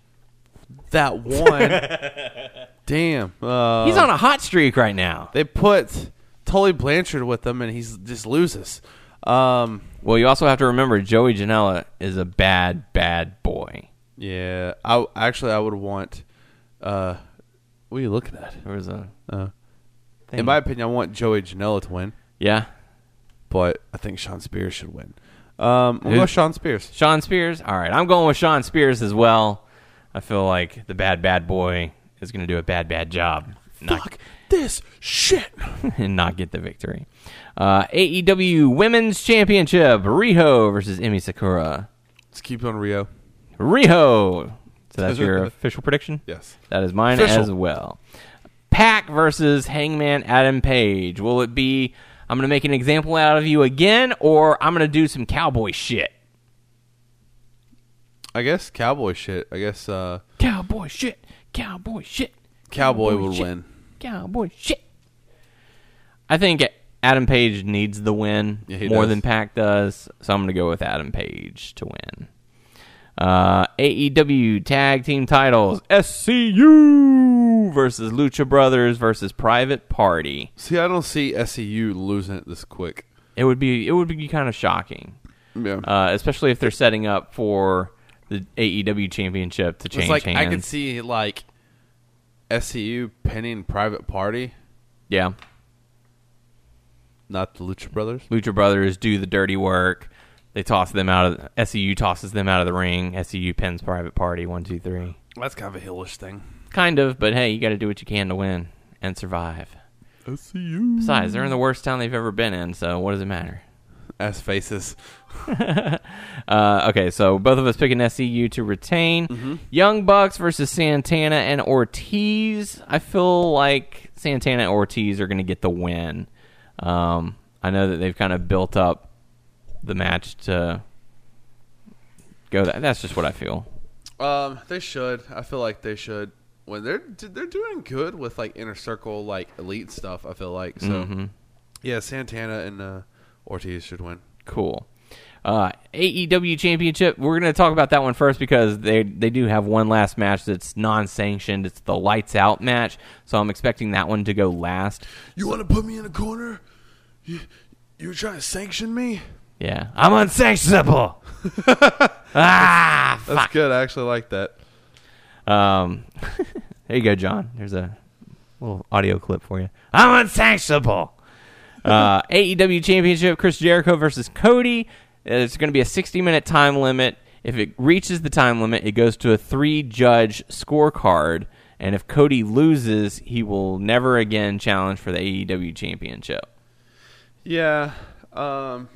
Speaker 5: That one. damn. Uh,
Speaker 4: He's on a hot streak right now.
Speaker 5: they put Tully Blanchard with him, and he's just loses. Um,
Speaker 4: Well, you also have to remember Joey Janela is a bad, bad boy.
Speaker 5: yeah. I actually I would want. Uh, what are you looking at?
Speaker 4: There was a
Speaker 5: Uh,
Speaker 4: thing.
Speaker 5: in my opinion, I want Joey Janela to win,
Speaker 4: yeah.
Speaker 5: but I think Sean Spears should win. Um, I'm
Speaker 4: Who?
Speaker 5: going with Sean Spears.
Speaker 4: Sean Spears. All right, I'm going with Sean Spears as well. I feel like the bad bad boy is going to do a bad bad job. Not,
Speaker 5: this shit.
Speaker 4: and not get the victory. Uh, AEW Women's Championship: Riho versus Emi Sakura.
Speaker 5: Let's keep on Rio.
Speaker 4: Riho. So that's your official prediction.
Speaker 5: Yes.
Speaker 4: That is mine
Speaker 5: Official.
Speaker 4: as well. Pack versus Hangman Adam Page. Will it be? I'm going to make an example out of you again, or I'm going to do some cowboy shit.
Speaker 5: I guess cowboy shit. I guess uh,
Speaker 4: Cowboy shit. Cowboy shit.
Speaker 5: cowboy, would
Speaker 4: shit.
Speaker 5: win.
Speaker 4: Cowboy shit. I think Adam Page needs the win
Speaker 5: Yeah, he
Speaker 4: more
Speaker 5: does.
Speaker 4: than Pac does, so I'm going to go with Adam Page to win. Uh, AEW tag team titles: SCU versus Lucha Brothers versus Private Party.
Speaker 5: See, I don't see SCU losing it this quick.
Speaker 4: It would be it would be kind of shocking,
Speaker 5: Yeah.
Speaker 4: uh, especially if they're setting up for the AEW E championship to change
Speaker 5: it's like
Speaker 4: hands.
Speaker 5: I could see like SCU pinning Private Party,
Speaker 4: Yeah.
Speaker 5: not the Lucha Brothers.
Speaker 4: Lucha Brothers do the dirty work. They toss them out of SEU tosses them out of the ring. SEU pins private party one two three.
Speaker 5: That's kind of a hillish thing.
Speaker 4: Kind of, but hey, you got to do what you can to win and survive.
Speaker 5: SCU.
Speaker 4: Besides, they're in the worst town they've ever been in, so what does it matter?
Speaker 5: As faces.
Speaker 4: Uh, okay, so both of us picking SCU E to retain. Young Bucks versus Santana and Ortiz. I feel like Santana and Ortiz are going to get the win. Um, I know that they've kind of built up the match to go that. That's just what I feel.
Speaker 5: Um, they should. I feel like they should. When they're they're doing good with like inner circle, like elite stuff. I feel like so. Yeah, Santana and uh, Ortiz should win.
Speaker 4: Cool. Uh, AEW Championship. We're going to talk about that one first because they they do have one last match that's non-sanctioned. It's the lights out match, so I'm expecting that one to go last.
Speaker 5: You want to put me in a corner? You, you're trying to sanction me?
Speaker 4: Yeah, I'm unsanctionable. ah,
Speaker 5: That's good. I actually like that.
Speaker 4: Um, there you go, John. There's a little audio clip for you. I'm unsanctionable. uh, AEW Championship: Chris Jericho versus Cody. Uh, It's going to be a 60 minute time limit. If it reaches the time limit, it goes to a three judge scorecard. And if Cody loses, he will never again challenge for the AEW Championship.
Speaker 5: Yeah. Um,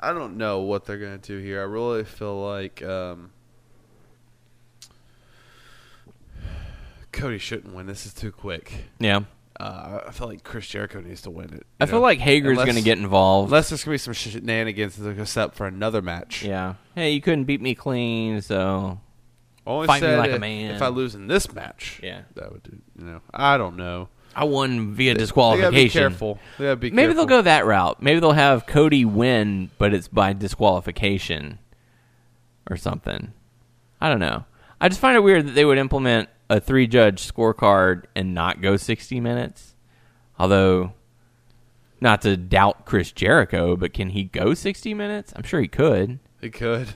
Speaker 5: I don't know what they're gonna do here. I really feel like um, Cody shouldn't win. This is too quick.
Speaker 4: Yeah.
Speaker 5: Uh, I feel like Chris Jericho needs to win it.
Speaker 4: I
Speaker 5: you
Speaker 4: feel
Speaker 5: know?
Speaker 4: like Hager's
Speaker 5: Unless-
Speaker 4: going to get involved.
Speaker 5: Unless there's gonna be some shenanigans that's gonna set up for another match.
Speaker 4: Yeah. Hey, you couldn't beat me clean, so
Speaker 5: Only
Speaker 4: Fight me
Speaker 5: said
Speaker 4: like a
Speaker 5: if,
Speaker 4: man.
Speaker 5: If I lose in this match,
Speaker 4: Yeah.
Speaker 5: that would do. You know, I don't know.
Speaker 4: I won via
Speaker 5: They gotta
Speaker 4: disqualification.
Speaker 5: be careful. They gotta be
Speaker 4: Maybe
Speaker 5: careful.
Speaker 4: they'll go that route. Maybe they'll have Cody win, but it's by disqualification or something. I don't know. I just find it weird that they would implement a three judge scorecard and not go 60 minutes. Although, not to doubt Chris Jericho, but can he go 60 minutes? I'm sure he could.
Speaker 5: They could.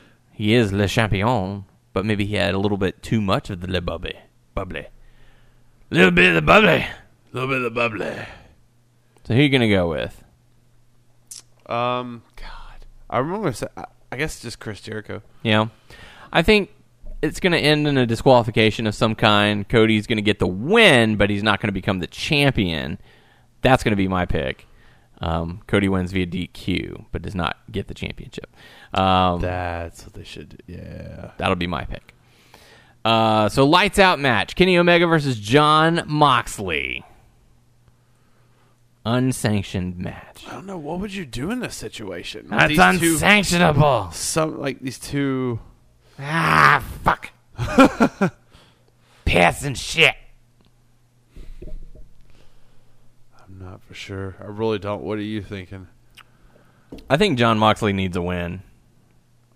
Speaker 4: He is Le Champion, but maybe he had a little bit too much of the Le Bubbly. Bubbly. Little bit of the bubbly.
Speaker 5: little bit of the bubbly.
Speaker 4: So who you going to go with?
Speaker 5: Um, God, I remember. Sa- I- I guess just Chris Jericho.
Speaker 4: Yeah. I think it's going to end in a disqualification of some kind. Cody's going to get the win, but he's not going to become the champion. That's going to be my pick. Um, Cody wins via DQ, but does not get the championship. Um,
Speaker 5: That's what they should. do. Yeah.
Speaker 4: that'll be my pick. Uh, so lights out match: Kenny Omega versus John Moxley. Unsanctioned match.
Speaker 5: I don't know. What would you do in this situation? With
Speaker 4: That's
Speaker 5: these two,
Speaker 4: unsanctionable.
Speaker 5: some like these two.
Speaker 4: Ah, fuck. Piss and shit.
Speaker 5: I'm not for sure. I really don't. What are you thinking?
Speaker 4: I think John Moxley needs a win.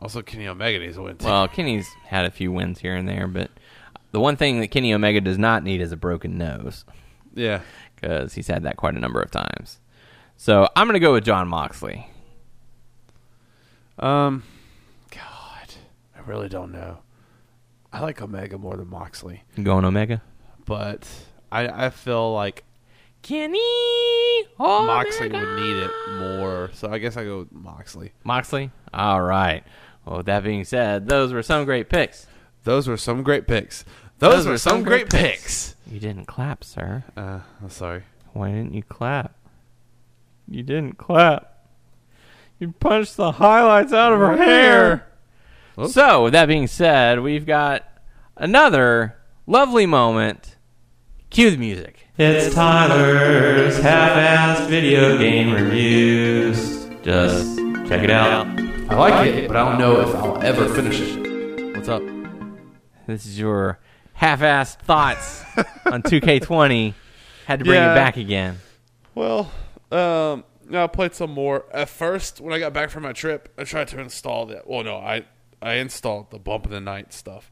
Speaker 5: Also, Kenny Omega needs a win too.
Speaker 4: Well, Kenny's had a few wins here and there, but the one thing that Kenny Omega does not need is a broken nose
Speaker 5: yeah.
Speaker 4: because he's had that quite a number of times. So I'm going to go with John Moxley.
Speaker 5: Um. God, I really don't know. I like Omega more than Moxley,
Speaker 4: You going Omega?
Speaker 5: but I I feel like
Speaker 4: Kenny Omega.
Speaker 5: Moxley would need it more. So I guess I go with Moxley.
Speaker 4: Moxley? All right. Well, with that being said, those were some great picks.
Speaker 5: Those were some great picks. Those, were some, great, picks.
Speaker 4: You didn't clap, sir.
Speaker 5: Uh, I'm sorry.
Speaker 4: Why didn't you clap? You didn't clap. You punched the highlights out of her hair. So, with that being said, we've got another lovely moment. Cue the music. It's Tyler's half-assed video game reviews. Just check it out.
Speaker 5: I like it, but I don't know if I'll ever finish it. What's up?
Speaker 4: This is your half-assed thoughts on 2K20. Had to bring
Speaker 5: Yeah.
Speaker 4: it back again.
Speaker 5: Well, um, no, I played some more. At first, when I got back from my trip, I tried to install that. Well, no, I I installed the Bump of the Night stuff.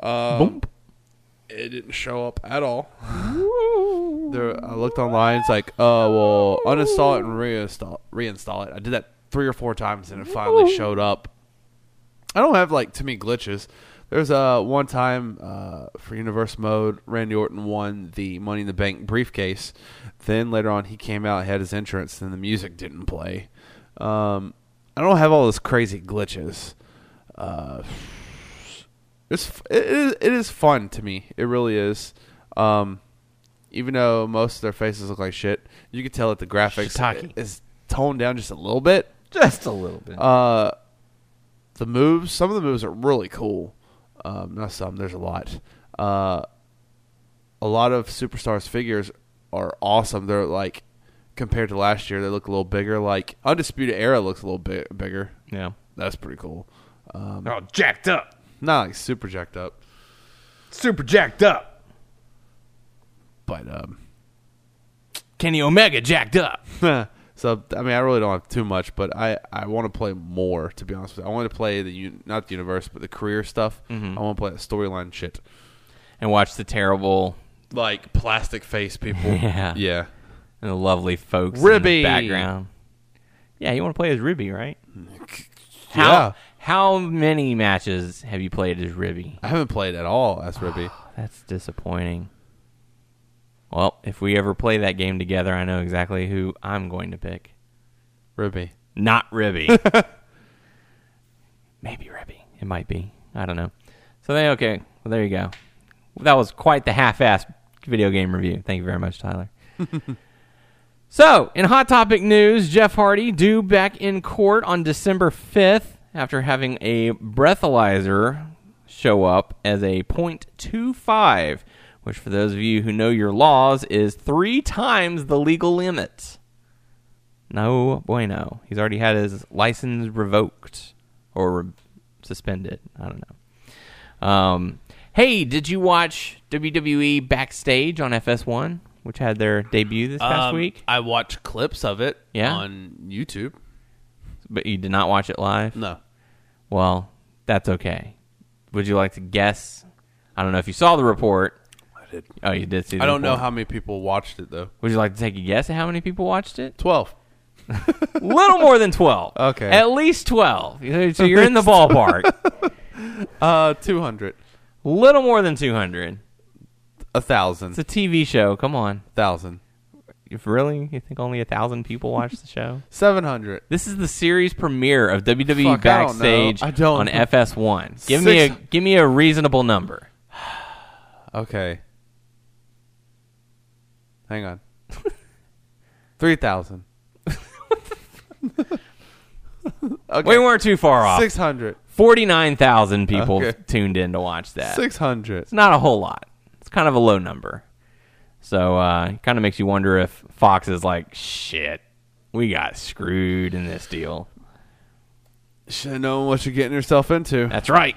Speaker 5: Um, It didn't show up at all. there, I looked online. It's like, oh well, uninstall it and reinstall reinstall it. I did that three or four times, and it finally showed up. I don't have like too many glitches. There's uh, one time uh, for Universe Mode, Randy Orton won the Money in the Bank briefcase. Then later on, he came out, had his entrance, and the music didn't play. Um, I don't have all those crazy glitches. Uh, it's f- it is it is fun to me. It really is. Um, even though most of their faces look like shit, you can tell that the graphics
Speaker 6: Shiitake.
Speaker 5: is toned down just a little bit.
Speaker 6: Just a little bit.
Speaker 5: Uh, the moves, some of the moves are really cool. Um, not some, there's a lot. Uh, a lot of superstars figures are awesome. They're like compared to last year, they look a little bigger. Like Undisputed Era looks a little bit bigger.
Speaker 4: Yeah.
Speaker 5: That's pretty cool.
Speaker 6: They're all jacked up.
Speaker 5: Not like super jacked up,
Speaker 6: Super jacked up.
Speaker 5: but um,
Speaker 4: Kenny Omega jacked up.
Speaker 5: so I mean, I really don't have too much, but I I want to play more. To be honest with you, I want to play the un- not the universe, but the career stuff.
Speaker 4: Mm-hmm.
Speaker 5: I want to play that storyline shit,
Speaker 4: And watch the terrible
Speaker 5: like plastic face people.
Speaker 4: Yeah.
Speaker 5: yeah.
Speaker 4: and the lovely folks
Speaker 5: Ribby.
Speaker 4: in the background. Yeah, you want to play as Ribby, right? How
Speaker 5: Yeah.
Speaker 4: how many matches have you played as Ribby?
Speaker 5: I haven't played at all as Ribby.
Speaker 4: That's disappointing. Well, if we ever play that game together, I know exactly who I'm going to pick.
Speaker 5: Ribby.
Speaker 4: Not Ribby. Maybe Ribby. It might be. I don't know. So then, okay. Well, there you go. That was quite the half-assed video game review. Thank you very much, Tyler. so, in hot topic news, Jeff Hardy due back in court on December 5th after having a breathalyzer show up as a .25, which for those of you who know your laws is 3 times the legal limit. No bueno. He's already had his license revoked or re- suspended. I don't know. Um, hey, did you watch WWE Backstage on FS1, which had their debut this past
Speaker 6: Um,
Speaker 4: week?
Speaker 6: I watched clips of it
Speaker 4: Yeah?
Speaker 6: on YouTube.
Speaker 4: But you did not watch it live?
Speaker 6: No.
Speaker 4: Well, that's okay. Would you like to guess? I don't know if you saw the report. I
Speaker 5: did.
Speaker 4: Oh, you did see the
Speaker 5: I don't know
Speaker 4: report.
Speaker 5: how many people watched it though.
Speaker 4: Would you like to take a guess at how many people watched it?
Speaker 5: Twelve.
Speaker 4: little more than 12.
Speaker 5: Okay.
Speaker 4: At least 12. So you're in the ballpark.
Speaker 5: Uh, two hundred.
Speaker 4: little more than 200.
Speaker 5: A thousand.
Speaker 4: It's a TV show. Come on.
Speaker 5: thousand.
Speaker 4: If really, you think only a thousand people watch the show?
Speaker 5: Seven hundred.
Speaker 4: This is the series premiere of WWE
Speaker 5: Fuck, I don't know.
Speaker 4: Backstage
Speaker 5: I don't-
Speaker 4: on FS1. Give me a
Speaker 5: Six-
Speaker 4: give me a reasonable number.
Speaker 5: Okay. Hang on. Three thousand. okay.
Speaker 4: We weren't too far off.
Speaker 5: Six hundred.
Speaker 4: Forty nine thousand people
Speaker 5: Okay.
Speaker 4: tuned in to watch that.
Speaker 5: Six hundred.
Speaker 4: It's not a whole lot. It's kind of a low number. So uh, it kind of makes you wonder if Fox is like, shit, we got screwed in this deal.
Speaker 5: Should have known what you're getting yourself into.
Speaker 4: That's right.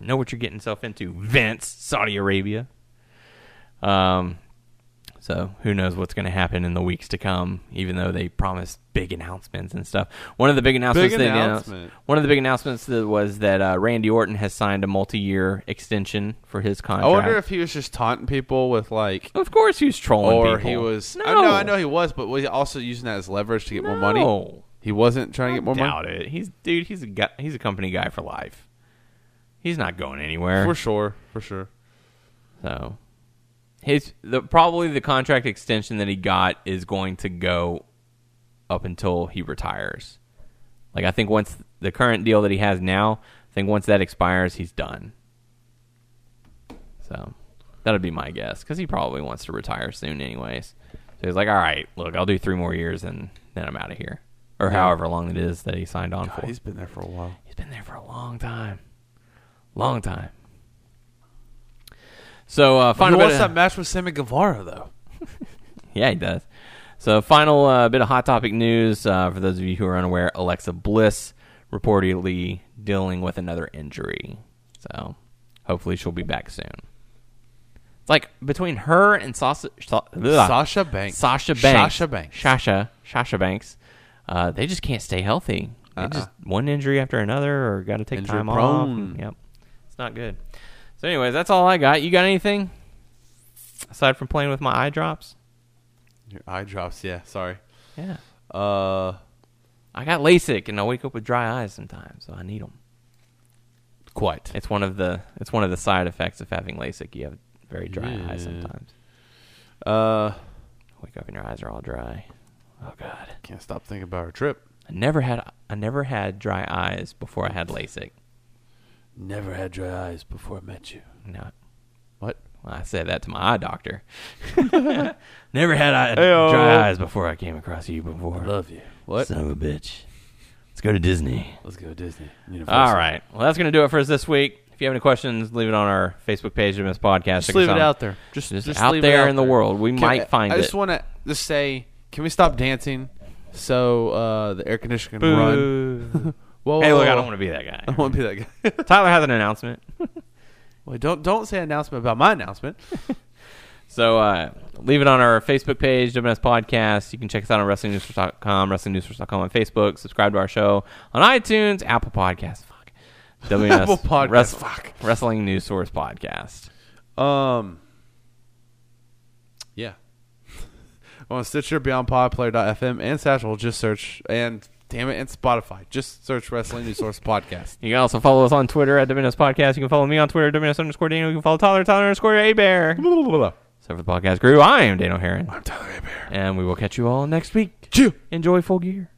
Speaker 4: Know what you're getting yourself into, Vince, Saudi Arabia. Um, so who knows what's going to happen in the weeks to come? Even though they promised big announcements and stuff. One of the big announcements. they announced-
Speaker 5: announcement.
Speaker 4: one of the big announcements that was that uh, Randy Orton has signed a multi-year extension for his
Speaker 5: I
Speaker 4: contract.
Speaker 5: wonder if he was just taunting people with like,
Speaker 4: Of course, he was trolling.
Speaker 5: or
Speaker 4: people.
Speaker 5: he was.
Speaker 4: No,
Speaker 5: I know, I know he was, but was he also using that as leverage to get more money?
Speaker 4: No.
Speaker 5: He wasn't trying to get more money.
Speaker 4: Doubt it. He's dude. He's a guy, he's a company guy for life. He's not going anywhere.
Speaker 5: For sure, for sure.
Speaker 4: So his the probably the contract extension that he got is going to go up until he retires. Like I think once the current deal that he has now, I think once that expires, he's done. So that'd be my guess because he probably wants to retire soon, anyways. So he's like, "All right, look, I'll do three more years and then I'm out of here." Or however long it is that he signed on for.
Speaker 5: He's been there for a while.
Speaker 4: He's been there for a long time. Long time. So uh,
Speaker 5: He
Speaker 4: final bit
Speaker 5: wants
Speaker 4: of,
Speaker 5: that match with Sammy Guevara though.
Speaker 4: yeah, he does. So final uh, bit of hot topic news uh, for those of you who are unaware: Alexa Bliss reportedly dealing with another injury. So hopefully she'll be back soon. It's like between her and Sasha,
Speaker 5: Sasha Banks.
Speaker 4: Sasha Banks,
Speaker 5: Sasha Banks.
Speaker 4: Sasha, Sasha Banks. Uh, they just can't stay healthy. They just one injury after another, or got to take
Speaker 5: Uh-uh. Injury
Speaker 4: time
Speaker 5: prone.
Speaker 4: off. Yep, it's not good. So, anyways, that's all I got. You got anything aside from playing with my eye drops?
Speaker 5: Your eye drops. Yeah, sorry.
Speaker 4: Yeah,
Speaker 5: Uh,
Speaker 4: I got LASIK, and I wake up with dry eyes sometimes, so I need them.
Speaker 5: Quite.
Speaker 4: It's one of the it's one of the side effects of having LASIK. You have very dry eyes sometimes.
Speaker 5: Uh,
Speaker 4: Wake up and your eyes are all dry. Oh god.
Speaker 5: can't stop thinking about our trip.
Speaker 4: I never had I never had dry eyes before I had LASIK.
Speaker 5: Never had dry eyes before I met you.
Speaker 4: No.
Speaker 5: What?
Speaker 4: Well, I said that to my eye doctor. never had eye, dry eyes before I came across you before.
Speaker 5: Love you. What?
Speaker 4: Son of a bitch. Let's go to Disney.
Speaker 5: Let's go to Disney.
Speaker 4: All right. Well, that's going to do it for us this week. If you have any questions, leave it on our Facebook page, MS Podcast.
Speaker 5: Just leave it out
Speaker 4: there.
Speaker 5: there. Just,
Speaker 4: Just
Speaker 5: just
Speaker 4: out
Speaker 5: leave it
Speaker 4: there in the world. We might find
Speaker 5: I just
Speaker 4: it.
Speaker 5: want to just say, can we stop dancing so uh, the air conditioner can run?
Speaker 4: Boo.
Speaker 5: Whoa,
Speaker 4: hey,
Speaker 5: whoa,
Speaker 4: look, I
Speaker 5: whoa.
Speaker 4: don't want to be that
Speaker 5: I don't
Speaker 4: guy.
Speaker 5: want to be that guy.
Speaker 4: Tyler has an announcement.
Speaker 5: Wait, don't don't say announcement about my announcement.
Speaker 4: So uh, leave it on our Facebook page, WNS Podcast. You can check us out on WrestlingNewsSource.com, WrestlingNewsSource.com on Facebook. Subscribe to our show on iTunes, Apple Podcasts, fuck. WNS
Speaker 5: Apple Podcasts,
Speaker 4: Wrest-
Speaker 5: fuck.
Speaker 4: Wrestling News Source Podcast.
Speaker 5: Um, yeah. On Stitcher, Beyond Podplayer.fm, and Satchel, just search and damn it, and Spotify, just search Wrestling News Source Podcast.
Speaker 4: You can also follow us on Twitter at WNS Podcast. You can follow me on Twitter, WNS underscore Daniel. You can follow Tyler, Tyler underscore A Bear. So for the podcast crew, I am Daniel Heron. I'm Tyler A Bear. And we will catch you all next week. Enjoy full gear.